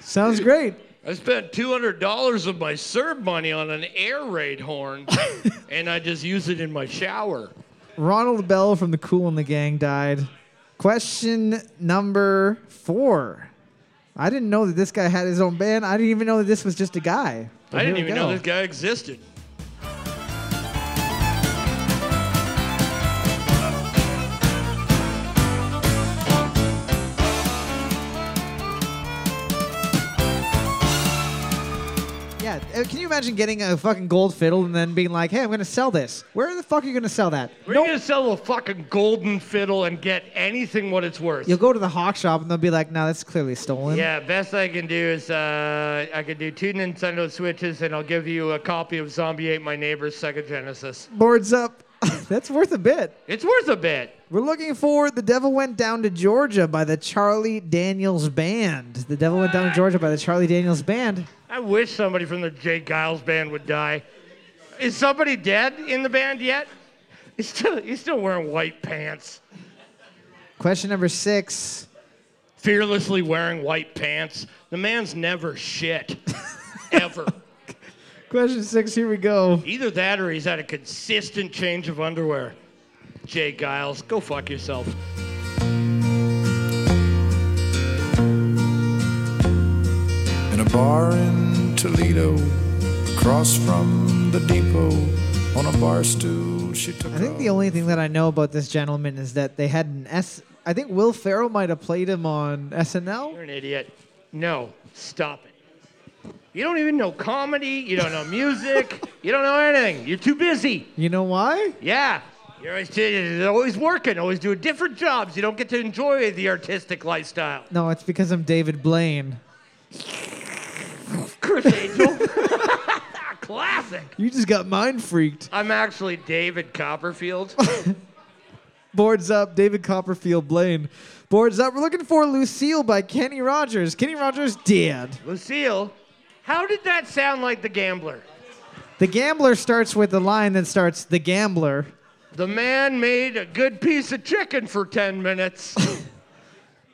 Sounds great. I spent $200 of my Serb money on an air raid *laughs* horn and I just use it in my shower. Ronald Bell from the Cool and the Gang died. Question number four. I didn't know that this guy had his own band. I didn't even know that this was just a guy. But I didn't here we go. even know this guy existed. Yeah, uh, can you imagine getting a fucking gold fiddle and then being like, hey, I'm going to sell this? Where the fuck are you going to sell that? We're gonna sell a fucking golden fiddle and get anything what it's worth. You'll go to the hawk shop and they'll be like, no, that's clearly stolen. Yeah, best I can do is uh, I can do two Nintendo Switches and I'll give you a copy of Zombie Ate My Neighbor's Sega Genesis. Boards up. *laughs* that's worth a bit. It's worth a bit. We're looking for The Devil Went Down to Georgia by the Charlie Daniels Band. The Devil Went Down to Georgia by the Charlie Daniels Band. I wish somebody from the Jay Giles band would die. Is somebody dead in the band yet? He's still, he's still wearing white pants. Question number six. Fearlessly wearing white pants. The man's never shit. Ever. Question six, here we go. Either that or he's had a consistent change of underwear. Jay Giles, go fuck yourself. in a bar in Toledo, across from the depot, on a bar stool. She took. I think off the only thing that I know about this gentleman is that they had an S. I think Will Ferrell might have played him on SNL. You're an idiot. No, stop it. You don't even know comedy. You don't know music. you don't know anything. You're too busy. You know why? Yeah. You're always, you're always working, always doing different jobs. You don't get to enjoy the artistic lifestyle. No, it's because I'm David Blaine. Of course, Angel. *laughs* Classic. You just got mind freaked. I'm actually David Copperfield. Boards up, David Copperfield Blaine. Boards up. We're looking for Lucille by Kenny Rogers. Kenny Rogers dead. Lucille, how did that sound like the gambler? The gambler starts with the line that starts the gambler. The man made a good piece of chicken for 10 minutes.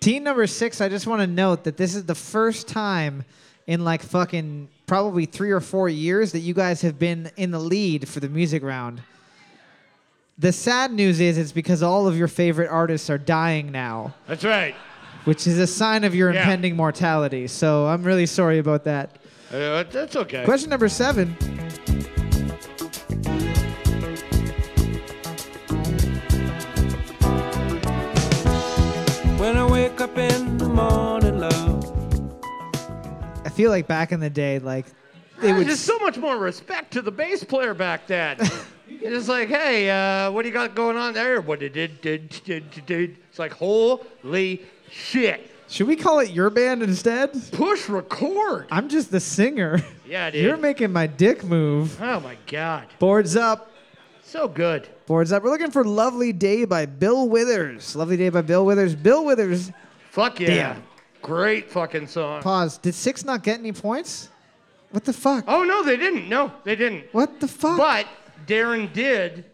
Team number six, I just want to note that this is the first time in like fucking probably three or four years that you guys have been in the lead for the music round. The sad news is it's because all of your favorite artists are dying now, *laughs* That's right. which is a sign of your Yeah. impending mortality. So I'm really sorry about that. Uh, that's okay. Question number seven. When I wake up in the morning, love. I feel like back in the day, like they would. There's so much more respect to the bass player *laughs* back then. It's just like, hey, uh, what do you got going on there? What did did did did did? It's like, holy shit! Should we call it your band instead? Push record. I'm just the singer. *laughs* Yeah, dude. You're making my dick move. oh my god, Boards up. so good. Boards up. We're looking for Lovely Day by Bill Withers. Lovely Day by Bill Withers. Bill Withers. Fuck yeah. Damn. Great fucking song. Pause. Did six not get any points? What the fuck? Oh no, they didn't. No, they didn't. What the fuck? But Darren did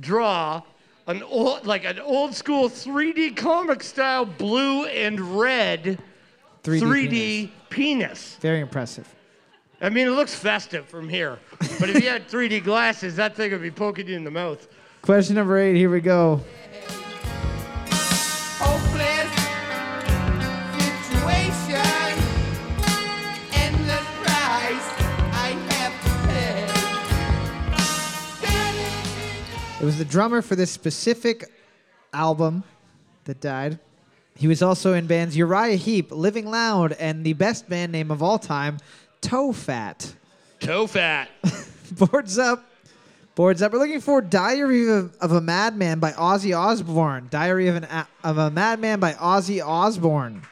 draw an old, like an old school 3D comic style blue and red 3D, penis. penis. Very impressive. I mean, it looks festive from here, but if you had 3D glasses, that thing would be poking you in the mouth. Question number eight. Here we go. hopeless situation. Endless price I have to pay. Standing It was the drummer for this specific album that died. He was also in bands Uriah Heep, Living Loud, and the best band name of all time, Toe Fat. Toe fat. Boards up. Boards up. We're looking for Diary of, of a Madman by Ozzy Osbourne. Diary of, an, a- of a Madman by Ozzy Osbourne.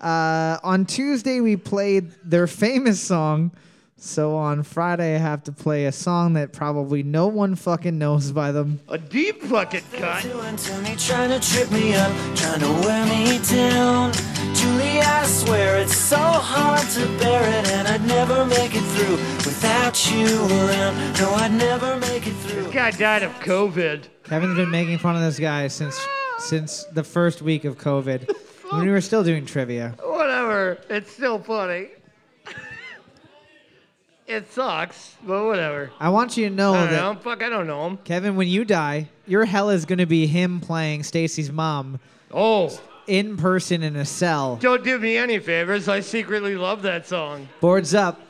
Uh, on Tuesday, we played their famous song. So on Friday, I have to play a song that probably no one fucking knows by them. A deep fucking cut. doing to me, trying to trip me up, trying to wear me down. Julie, I swear it's so hard to bear it, and I'd never make it through without you around. No, I'd never make it through. Guy died of COVID. Kevin's been making fun of this guy since since the first week of *laughs* COVID when we were still doing trivia. Whatever. It's still funny. *laughs* it sucks, but whatever. I want you to know I don't that know. Fuck, I don't know him. Kevin, when you die, your hell is going to be him playing Stacy's mom Oh, in person in a cell. don't do me any favors. I secretly love that song. Boards up.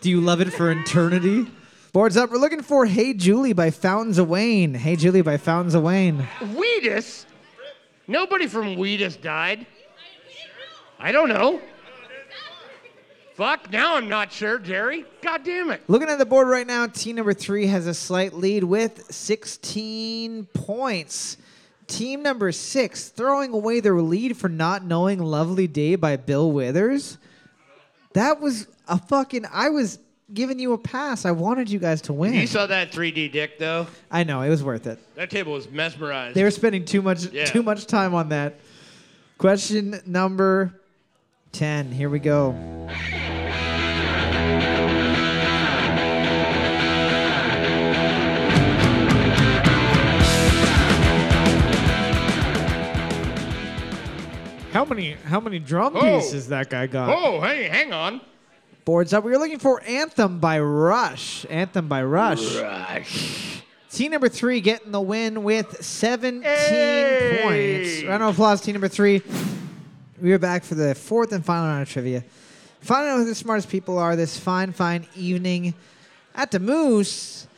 Do you love it for eternity? Boards up. We're looking for Hey Julie by Fountains of Wayne. Hey Julie by Fountains of Wayne. Weedus? Nobody from Weedus died. I don't know. Fuck, now I'm not sure, Jerry. God damn it. Looking at the board right now, team number three has a slight lead with 16 points. Team number six throwing away their lead for not knowing Lovely Day by Bill Withers. That was a fucking. I was giving you a pass. I wanted you guys to win. You saw that 3D dick, though? I know, it was worth it. That table was mesmerized. They were spending too much Yeah. too much time on that. Question number 10. Here we go. How many how many drum Oh. pieces that guy got? oh, hey, hang on. Boards up. We were looking for Anthem by Rush. Anthem by Rush. Team number three getting the win with 17 points. Round of applause, team number three. We are back for the fourth and final round of trivia. Finding out who the smartest people are this fine, fine evening at the Moose.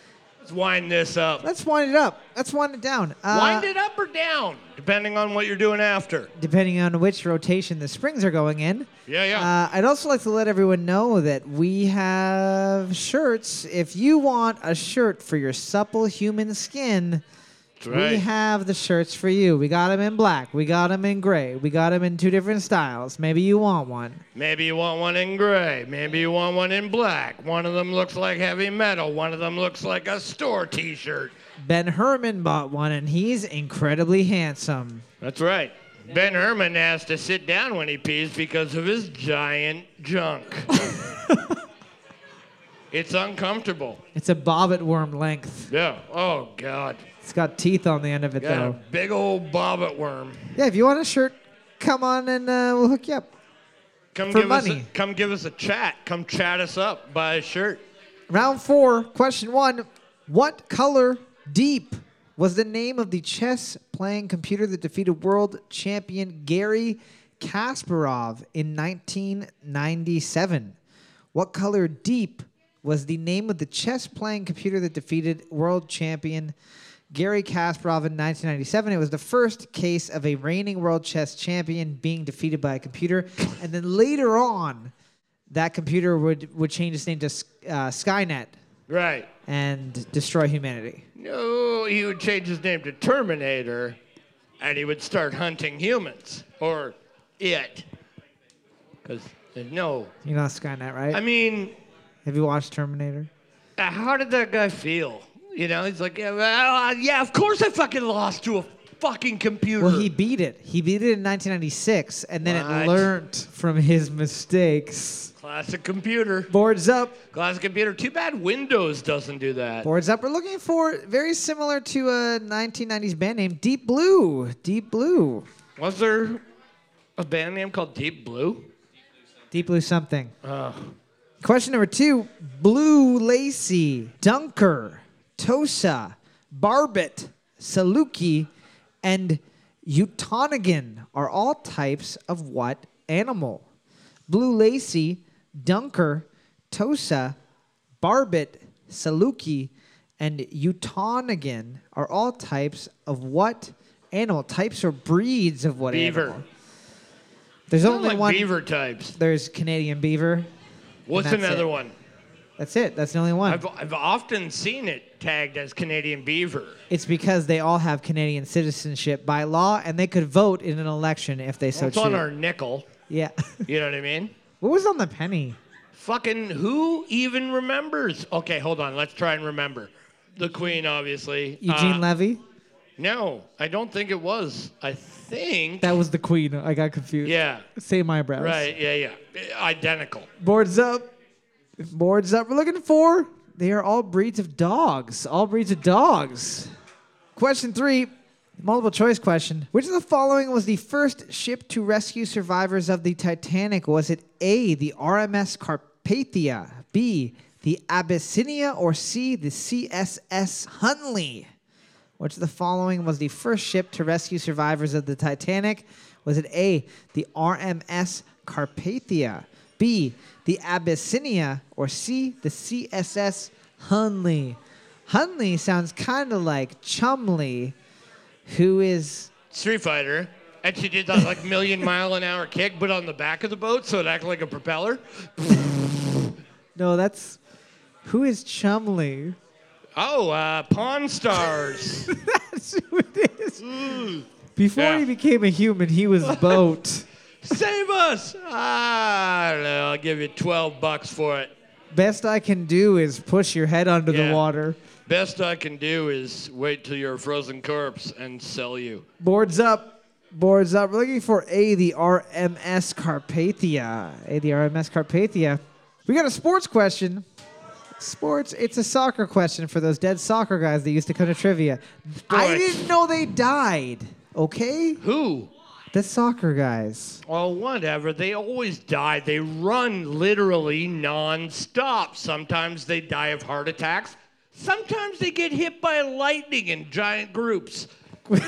Let's wind this up. Let's wind it up. Let's wind it down. Uh, wind it up or down, depending on what you're doing after. Depending on which rotation the springs are going in. Yeah, yeah. Uh, I'd also like to let everyone know that we have shirts. If you want a shirt for your supple human skin, That's right. We have the shirts for you. We got them in black. We got them in gray. We got them in two different styles. Maybe you want one. Maybe you want one in gray. Maybe you want one in black. One of them looks like heavy metal. One of them looks like a store t shirt. Ben Herman bought one, and he's incredibly handsome. That's right. Ben Herman has to sit down when he pees because of his giant junk. it's uncomfortable. It's a bobbit worm length. Yeah. Oh, God. It's got teeth on the end of it, Got though. a big old bobbit worm. Yeah, if you want a shirt, come on and uh, we'll hook you up. Come For give us money. a, come give us a chat. Come chat us up. Buy a shirt. Round four, question one. What color deep was the name of the chess playing computer that defeated world champion Gary Kasparov in 1997? What color deep was the name of the chess playing computer that defeated world champion Gary Kasparov in 1997? It was the first case of a reigning world chess champion being defeated by a computer. And then later on, that computer would, would change its name to S- uh, Skynet Right. and destroy humanity. No, he would change his name to Terminator, and he would start hunting humans or it. Because no, You know Skynet, right? I mean, Have you watched Terminator? uh, how did that guy feel? You know, he's like, yeah, well, uh, yeah, of course I fucking lost to a fucking computer. Well, he beat it. He beat it in 1996, and then What? it learned from his mistakes. classic computer, Boards up. classic computer. Too bad Windows doesn't do that. Boards up. We're looking for very similar to a 1990s band name, Deep Blue. Deep Blue. Was there a band name called Deep Blue? Deep Blue something. Question number two Blue Lacey, Dunker, Tosa, Barbet, Saluki, and Eutonigan are all types of what animal? Blue Lacey, Dunker, Tosa, Barbet, Saluki, and Eutonigan are all types of what animal? Types or breeds of what Beaver. animal? There's Sound only like one. beaver types. There's Canadian beaver. What's that's another it. one? That's it. That's the only one. I've, I've often seen it tagged as Canadian beaver. it's because they all have Canadian citizenship by law, and they could vote in an election if they so it's choose. on our nickel. yeah. *laughs* You know what I mean? what was on the penny? Fucking who even remembers? Okay, hold on. Let's try and remember. The Queen, obviously. Eugene Uh, Levy. No, I don't think it was. I think. That was the Queen. I got confused. yeah. Same eyebrows. Right. Yeah. Yeah. Identical. Boards up. Boards up. We're looking for. They are all breeds of dogs. All breeds of dogs. Question three, multiple choice question. Which of the following was the first ship to rescue survivors of the Titanic? Was it A, the RMS Carpathia, B, the Abyssinia, or C, the CSS Hunley? Which of the following was the first ship to rescue survivors of the Titanic? Was it A, the RMS Carpathia, B, the Abyssinia, or C, the CSS Hunley? Hunley sounds kind of like Chumley, who is. Street Fighter. And she did that like million mile an hour kick, but on the back of the boat, so it acted like a propeller. No, that's who is Chumley? *laughs* Oh, uh, Pawn Stars. That's who it is. Before Mm. Yeah. he became a human, he *laughs* was boat. Save us! I don't know. I'll give you 12 bucks for it. Best I can do is push your head under Yeah. the water. Best I can do is wait till you're a frozen corpse and sell you. Boards up. Boards up. We're looking for A, the RMS Carpathia. A, the RMS Carpathia. We got a sports question. Sports, it's a soccer question for those dead soccer guys that used to come to trivia. I Right. didn't know they died, okay? Who? The soccer guys. Well, whatever. They always die. They run literally nonstop. Sometimes they die of heart attacks. Sometimes they get hit by lightning in giant groups.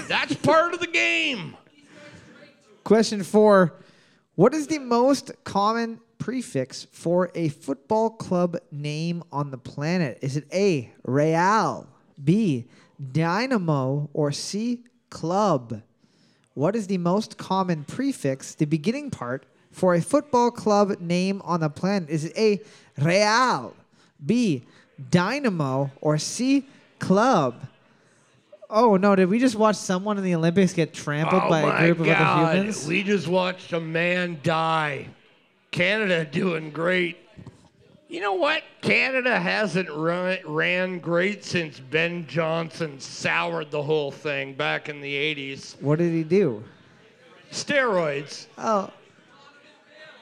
That's part of the game. Question four What is the most common prefix for a football club name on the planet? Is it A, Real, B, Dynamo, or C, Club? What is the most common prefix, the beginning part, for a football club name on the planet? Is it A, Real, B, Dynamo, or C, Club? Oh no, did we just watch someone in the Olympics get trampled oh by my a group of God. other humans? We just watched a man die. Canada doing great. You know what? Canada hasn't run, ran great since Ben Johnson soured the whole thing back in the 80s. What did he do? Steroids. Oh,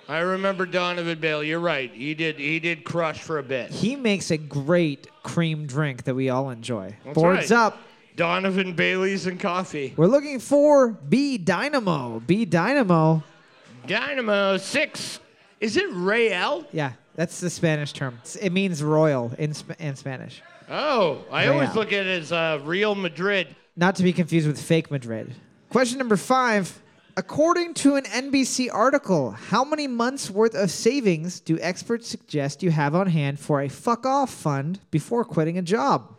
I remember Donovan Bale. You're right. He did. He did crush for a bit. he makes a great cream drink that we all enjoy. That's Boards right. up. Donovan Bailey's and coffee. We're looking for B Dynamo. B Dynamo. Dynamo six. Is it Real? Yeah, that's the Spanish term. It's- It means royal in, Sp- in Spanish. Oh, I always Real. look at it as uh, Real Madrid. Not to be confused with fake Madrid. Question number five. According to an NBC article, how many months worth of savings do experts suggest you have on hand for a fuck off fund before quitting a job?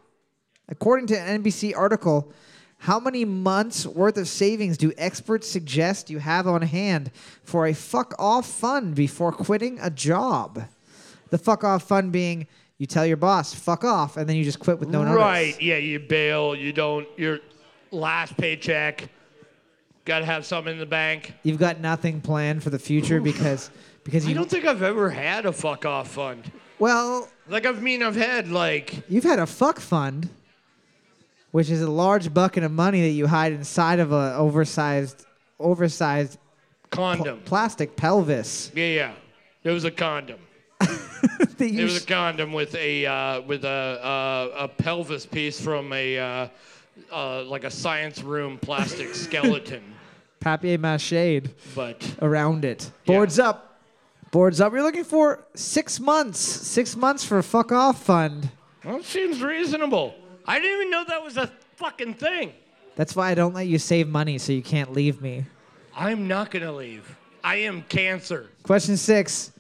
According to an NBC article, how many months worth of savings do experts suggest you have on hand for a fuck off fund before quitting a job? The fuck off fund being you tell your boss fuck off and then you just quit with no notice. right. Yeah. You bail. You don't. Your last paycheck. Got to have something in the bank. You've got nothing planned for the future because because I you don't think I've ever had a fuck off fund. well Like I mean, I've had like you've had a fuck fund, which is a large bucket of money that you hide inside of a oversized oversized pl- condom. plastic pelvis. *laughs* Yeah, yeah. It was a condom. that you It was a sh- condom with a uh, with a, uh, a pelvis piece from a uh, uh, like a science room *laughs* plastic skeleton. papier mache But around it. Boards up. Boards up. You're looking for six months. Six months for a fuck off fund. well, it seems reasonable. I didn't even know that was a fucking thing. That's why I don't let you save money so you can't leave me. I'm not gonna leave. I am cancer. Question six.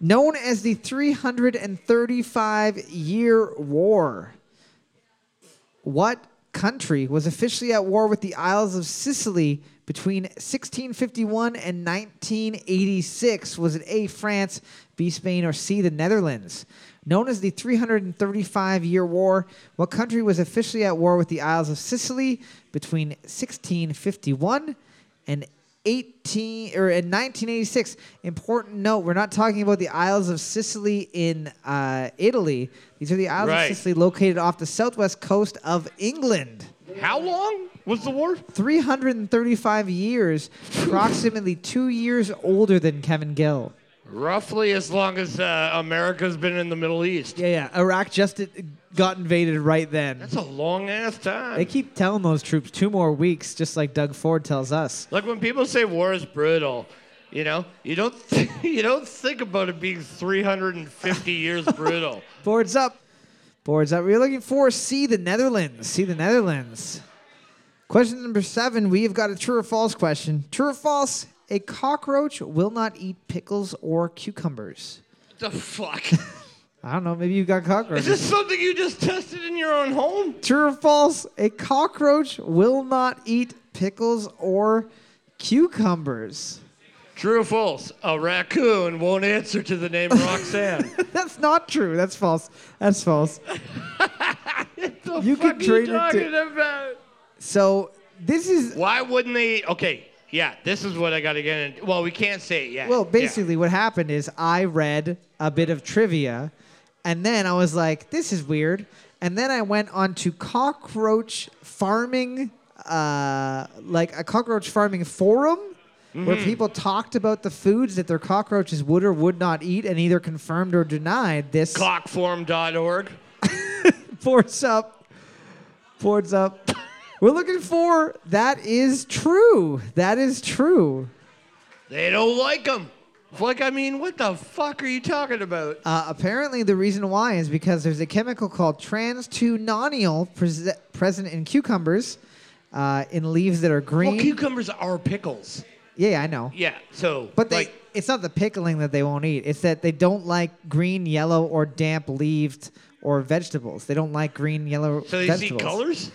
Known as the 335 year war, what country was officially at war with the Isles of Sicily between 1651 and 1986? Was it A, France, B, Spain, or C, the Netherlands? Known as the 335 year war, what country was officially at war with the Isles of Sicily between 1651 and 18 or in 1986. Important note: We're not talking about the Isles of Sicily in uh, Italy. These are the Isles Right. of Sicily located off the southwest coast of England. How long was the war? 335 years, approximately two years older than Kevin Gill. Roughly as long as uh, America's been in the Middle East. Yeah, yeah. Iraq just got invaded right then. That's a long ass they time. keep telling those troops two more weeks, just like Doug Ford tells us. Like when people say war is brutal, you know, you don't *laughs* th- you don't think about it being *laughs* 350 years brutal. Boards up. Boards up. We're looking for C, the Netherlands. C, the Netherlands. Question number seven. We've got a true or false question. True or false? A cockroach will not eat pickles or cucumbers. the fuck? I don't know. Maybe you got Is cockroaches. this something you just tested in your own home? True or false? A cockroach will not eat pickles or cucumbers. *laughs* True or false? A raccoon won't answer to the *laughs* name Roxanne. That's not true. That's false. That's false. the You fuck could are you train it to- talking about? So this is Why wouldn't they? Okay, yeah, this is what I got to get in. Well, we can't say it yet. well, Yeah. basically what happened is I read a bit of trivia, and then I was like, this is weird. And then I went on to cockroach farming, uh, like a cockroach farming forum. Where people talked about the foods that their cockroaches would or would not eat, and either confirmed or denied this. Cockform.org. Boards up. Boards up. We're looking for that is true. That is true. They don't like them. Like, I mean, what the fuck are you talking about? Uh, apparently, the reason why is because there's a chemical called trans-2-nonyl pres- present in cucumbers, uh, in leaves that are green. well, cucumbers are pickles. yeah, yeah, I know. Yeah, so. But they, like, it's not the pickling that they won't eat. It's that they don't like green, yellow, or damp leaved or vegetables. They don't like green, yellow so they see vegetables. colors?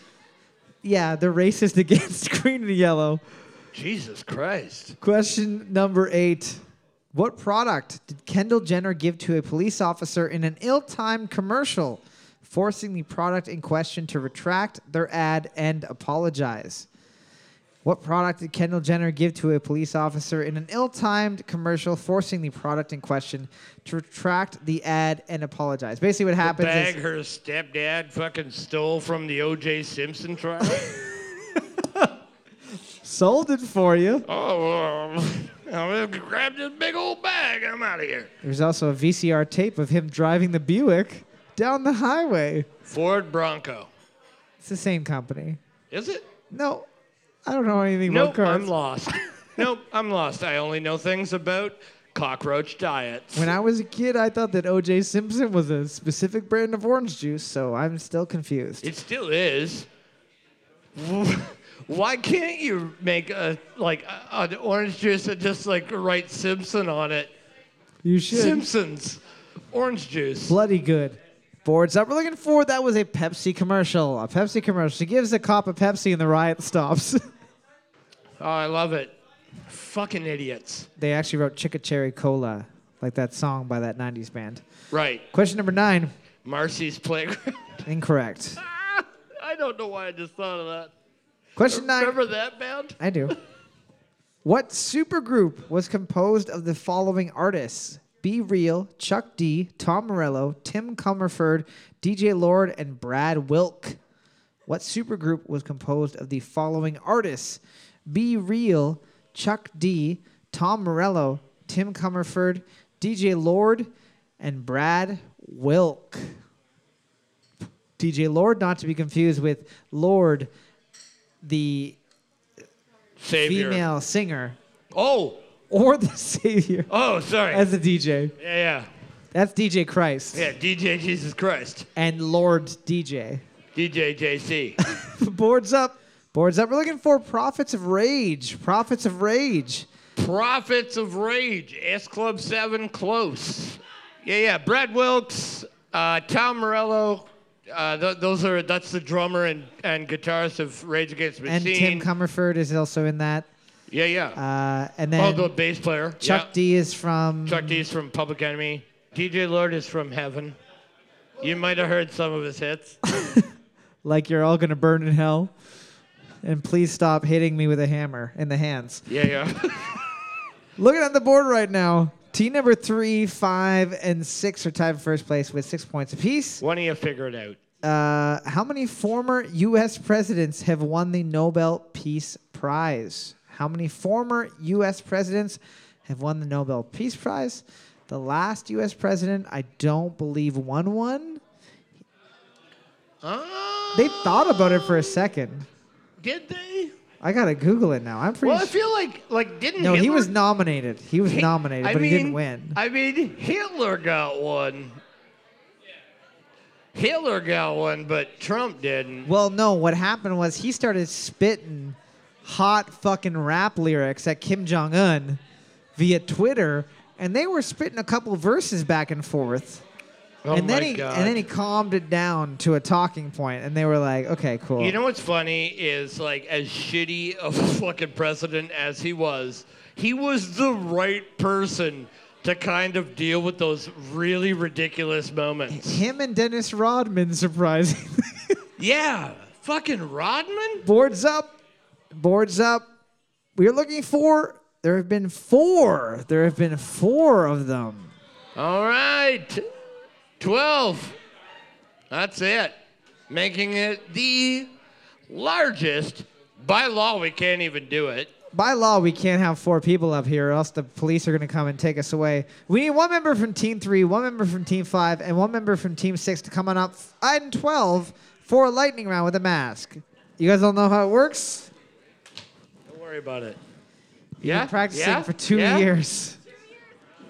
Yeah, they're racist *laughs* against green and yellow. Jesus Christ. Question number eight. What product did Kendall Jenner give to a police officer in an ill timed commercial, forcing the product in question to retract their ad and apologize? What product did Kendall Jenner give to a police officer in an ill timed commercial, forcing the product in question to retract the ad and apologize? Basically, what happens Bag is her stepdad fucking stole from the O.J. Simpson trial. sold it for you. *laughs* oh, um, I'm gonna grab this big old bag. I'm out of here. There's also a VCR tape of him driving the Buick down the highway. Ford Bronco. It's the same company. Is it? No, I don't know anything Nope, about I'm cars. *laughs* lost. nope, I'm lost. I only know things about cockroach diets. when I was a kid, I thought that O.J. Simpson was a specific brand of orange juice, so I'm still confused. It still is. *laughs* Why can't you make a like a- an orange juice that just like write Simpson on it? You should. Simpsons, orange juice. Bloody good. Boards up. We're looking for that was a Pepsi commercial. A Pepsi commercial. She gives a cop a Pepsi and the riot stops. *laughs* Oh, I love it. Fucking idiots. they actually wrote Chicka Cherry Cola, like that song by that 90s band. Right, Question number nine. Marcy's playground. *laughs* Incorrect. I don't know why I just thought of that. Question nine. Remember that band? I do. what supergroup was composed of the following artists? Be Real, Chuck D, Tom Morello, Tim Comerford, DJ Lord, and Brad Wilk. What supergroup was composed of the following artists? Be Real, Chuck D, Tom Morello, Tim Comerford, DJ Lord, and Brad Wilk. DJ Lord, not to be confused with Lord, the Savior. female singer Oh, or the *laughs* savior oh, sorry. as a DJ. yeah, That's DJ Christ yeah, yeah. DJ Jesus Christ. and Lord DJ. DJ JC. *laughs* Boards up. Boards up. We're looking for Prophets of Rage. Prophets of Rage. Prophets of Rage, S Club 7, close. Yeah, yeah. Brad Wilkes, uh, Tom Morello. Uh, th- those are that's the drummer and, and guitarist of Rage Against the And Tim Machine. Comerford is also in that. yeah, yeah. Uh, and oh, then the bass player. Chuck yeah. D is from. Chuck D's from Public Enemy. DJ Lord is from Heaven. You might have heard some of *laughs* his hits. Like You're All Gonna Burn in Hell. And please stop hitting me with a hammer in the hands. Yeah, yeah. Looking at the board right now, team number three, five, and six are tied for first place with six points apiece. One of you figure it out. Uh, how many former U.S. presidents have won the Nobel Peace Prize? How many former U.S. presidents have won the Nobel Peace Prize? The last U.S. president, I don't believe, won one. They thought about it for a second. Did they? I gotta Google it now. I'm pretty. Well, I sure. feel like like didn't no, he Hitler was nominated. He was nominated, I but mean, he didn't win. I mean, Hitler got one. Hitler got one, but Trump didn't. Well, no, what happened was he started spitting hot fucking rap lyrics at Kim Jong Un via Twitter, and they were spitting a couple verses back and forth. Oh and then my he God. and then he calmed it down to a talking point, and they were like, "Okay, cool." You know what's funny is like as shitty of a fucking president as he was, he was the right person to kind of deal with those really ridiculous moments. him and Dennis Rodman surprisingly *laughs* Yeah, fucking Rodman. boards up, boards up. We are looking for. There have been four. There have been four of them. All right, twelve. That's it, making it the largest. By law, we can't even do it. By law, we can't have four people up here, or else the police are going to come and take us away. We need one member from Team 3, one member from Team 5, and one member from Team 6 to come on up item 12 for a lightning round with a mask. You guys all know how it works? Don't worry about it. You've Yeah, been practicing yeah, for two yeah. years.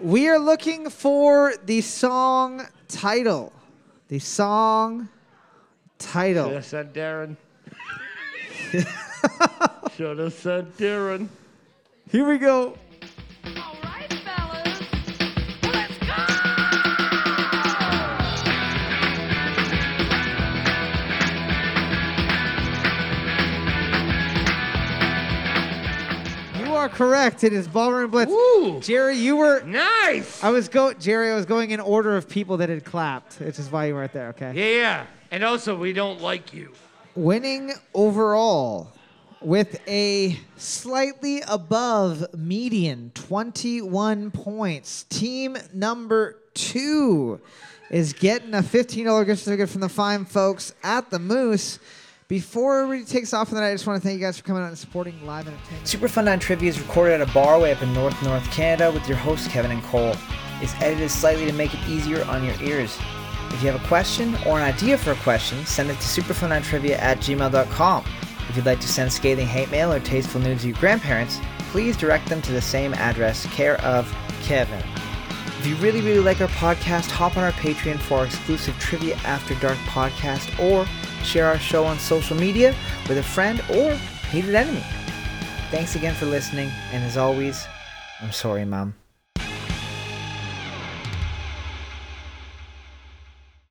We are looking for the song title. The song title. Should have said *laughs* Darren. Should have said Darren. Here we go. All right, fellas, let's go! You are correct. It is Ballroom Blitz. Woo! Jerry, you were Nice. I was go Jerry, I was going in order of people that had clapped, which is why you weren't there, okay? Yeah, yeah. And also, we don't like you. Winning overall with a slightly above median 21 points. Team number two is getting a $15 gift certificate from the fine folks at the Moose. Before everybody takes off for the night, I just want to thank you guys for coming out and supporting live entertainment. Super Fun 9 Trivia is recorded at a bar way up in North North Canada with your hosts Kevin and Cole. It's edited slightly to make it easier on your ears. If you have a question or an idea for a question, send it to superfun9trivia at gmail.com. If you'd like to send scathing hate mail or tasteful news to your grandparents, please direct them to the same address, care of Kevin. If you really, really like our podcast, hop on our Patreon for our exclusive Trivia After Dark podcast or share our show on social media with a friend or hated enemy. Thanks again for listening, and as always, I'm sorry, Mom.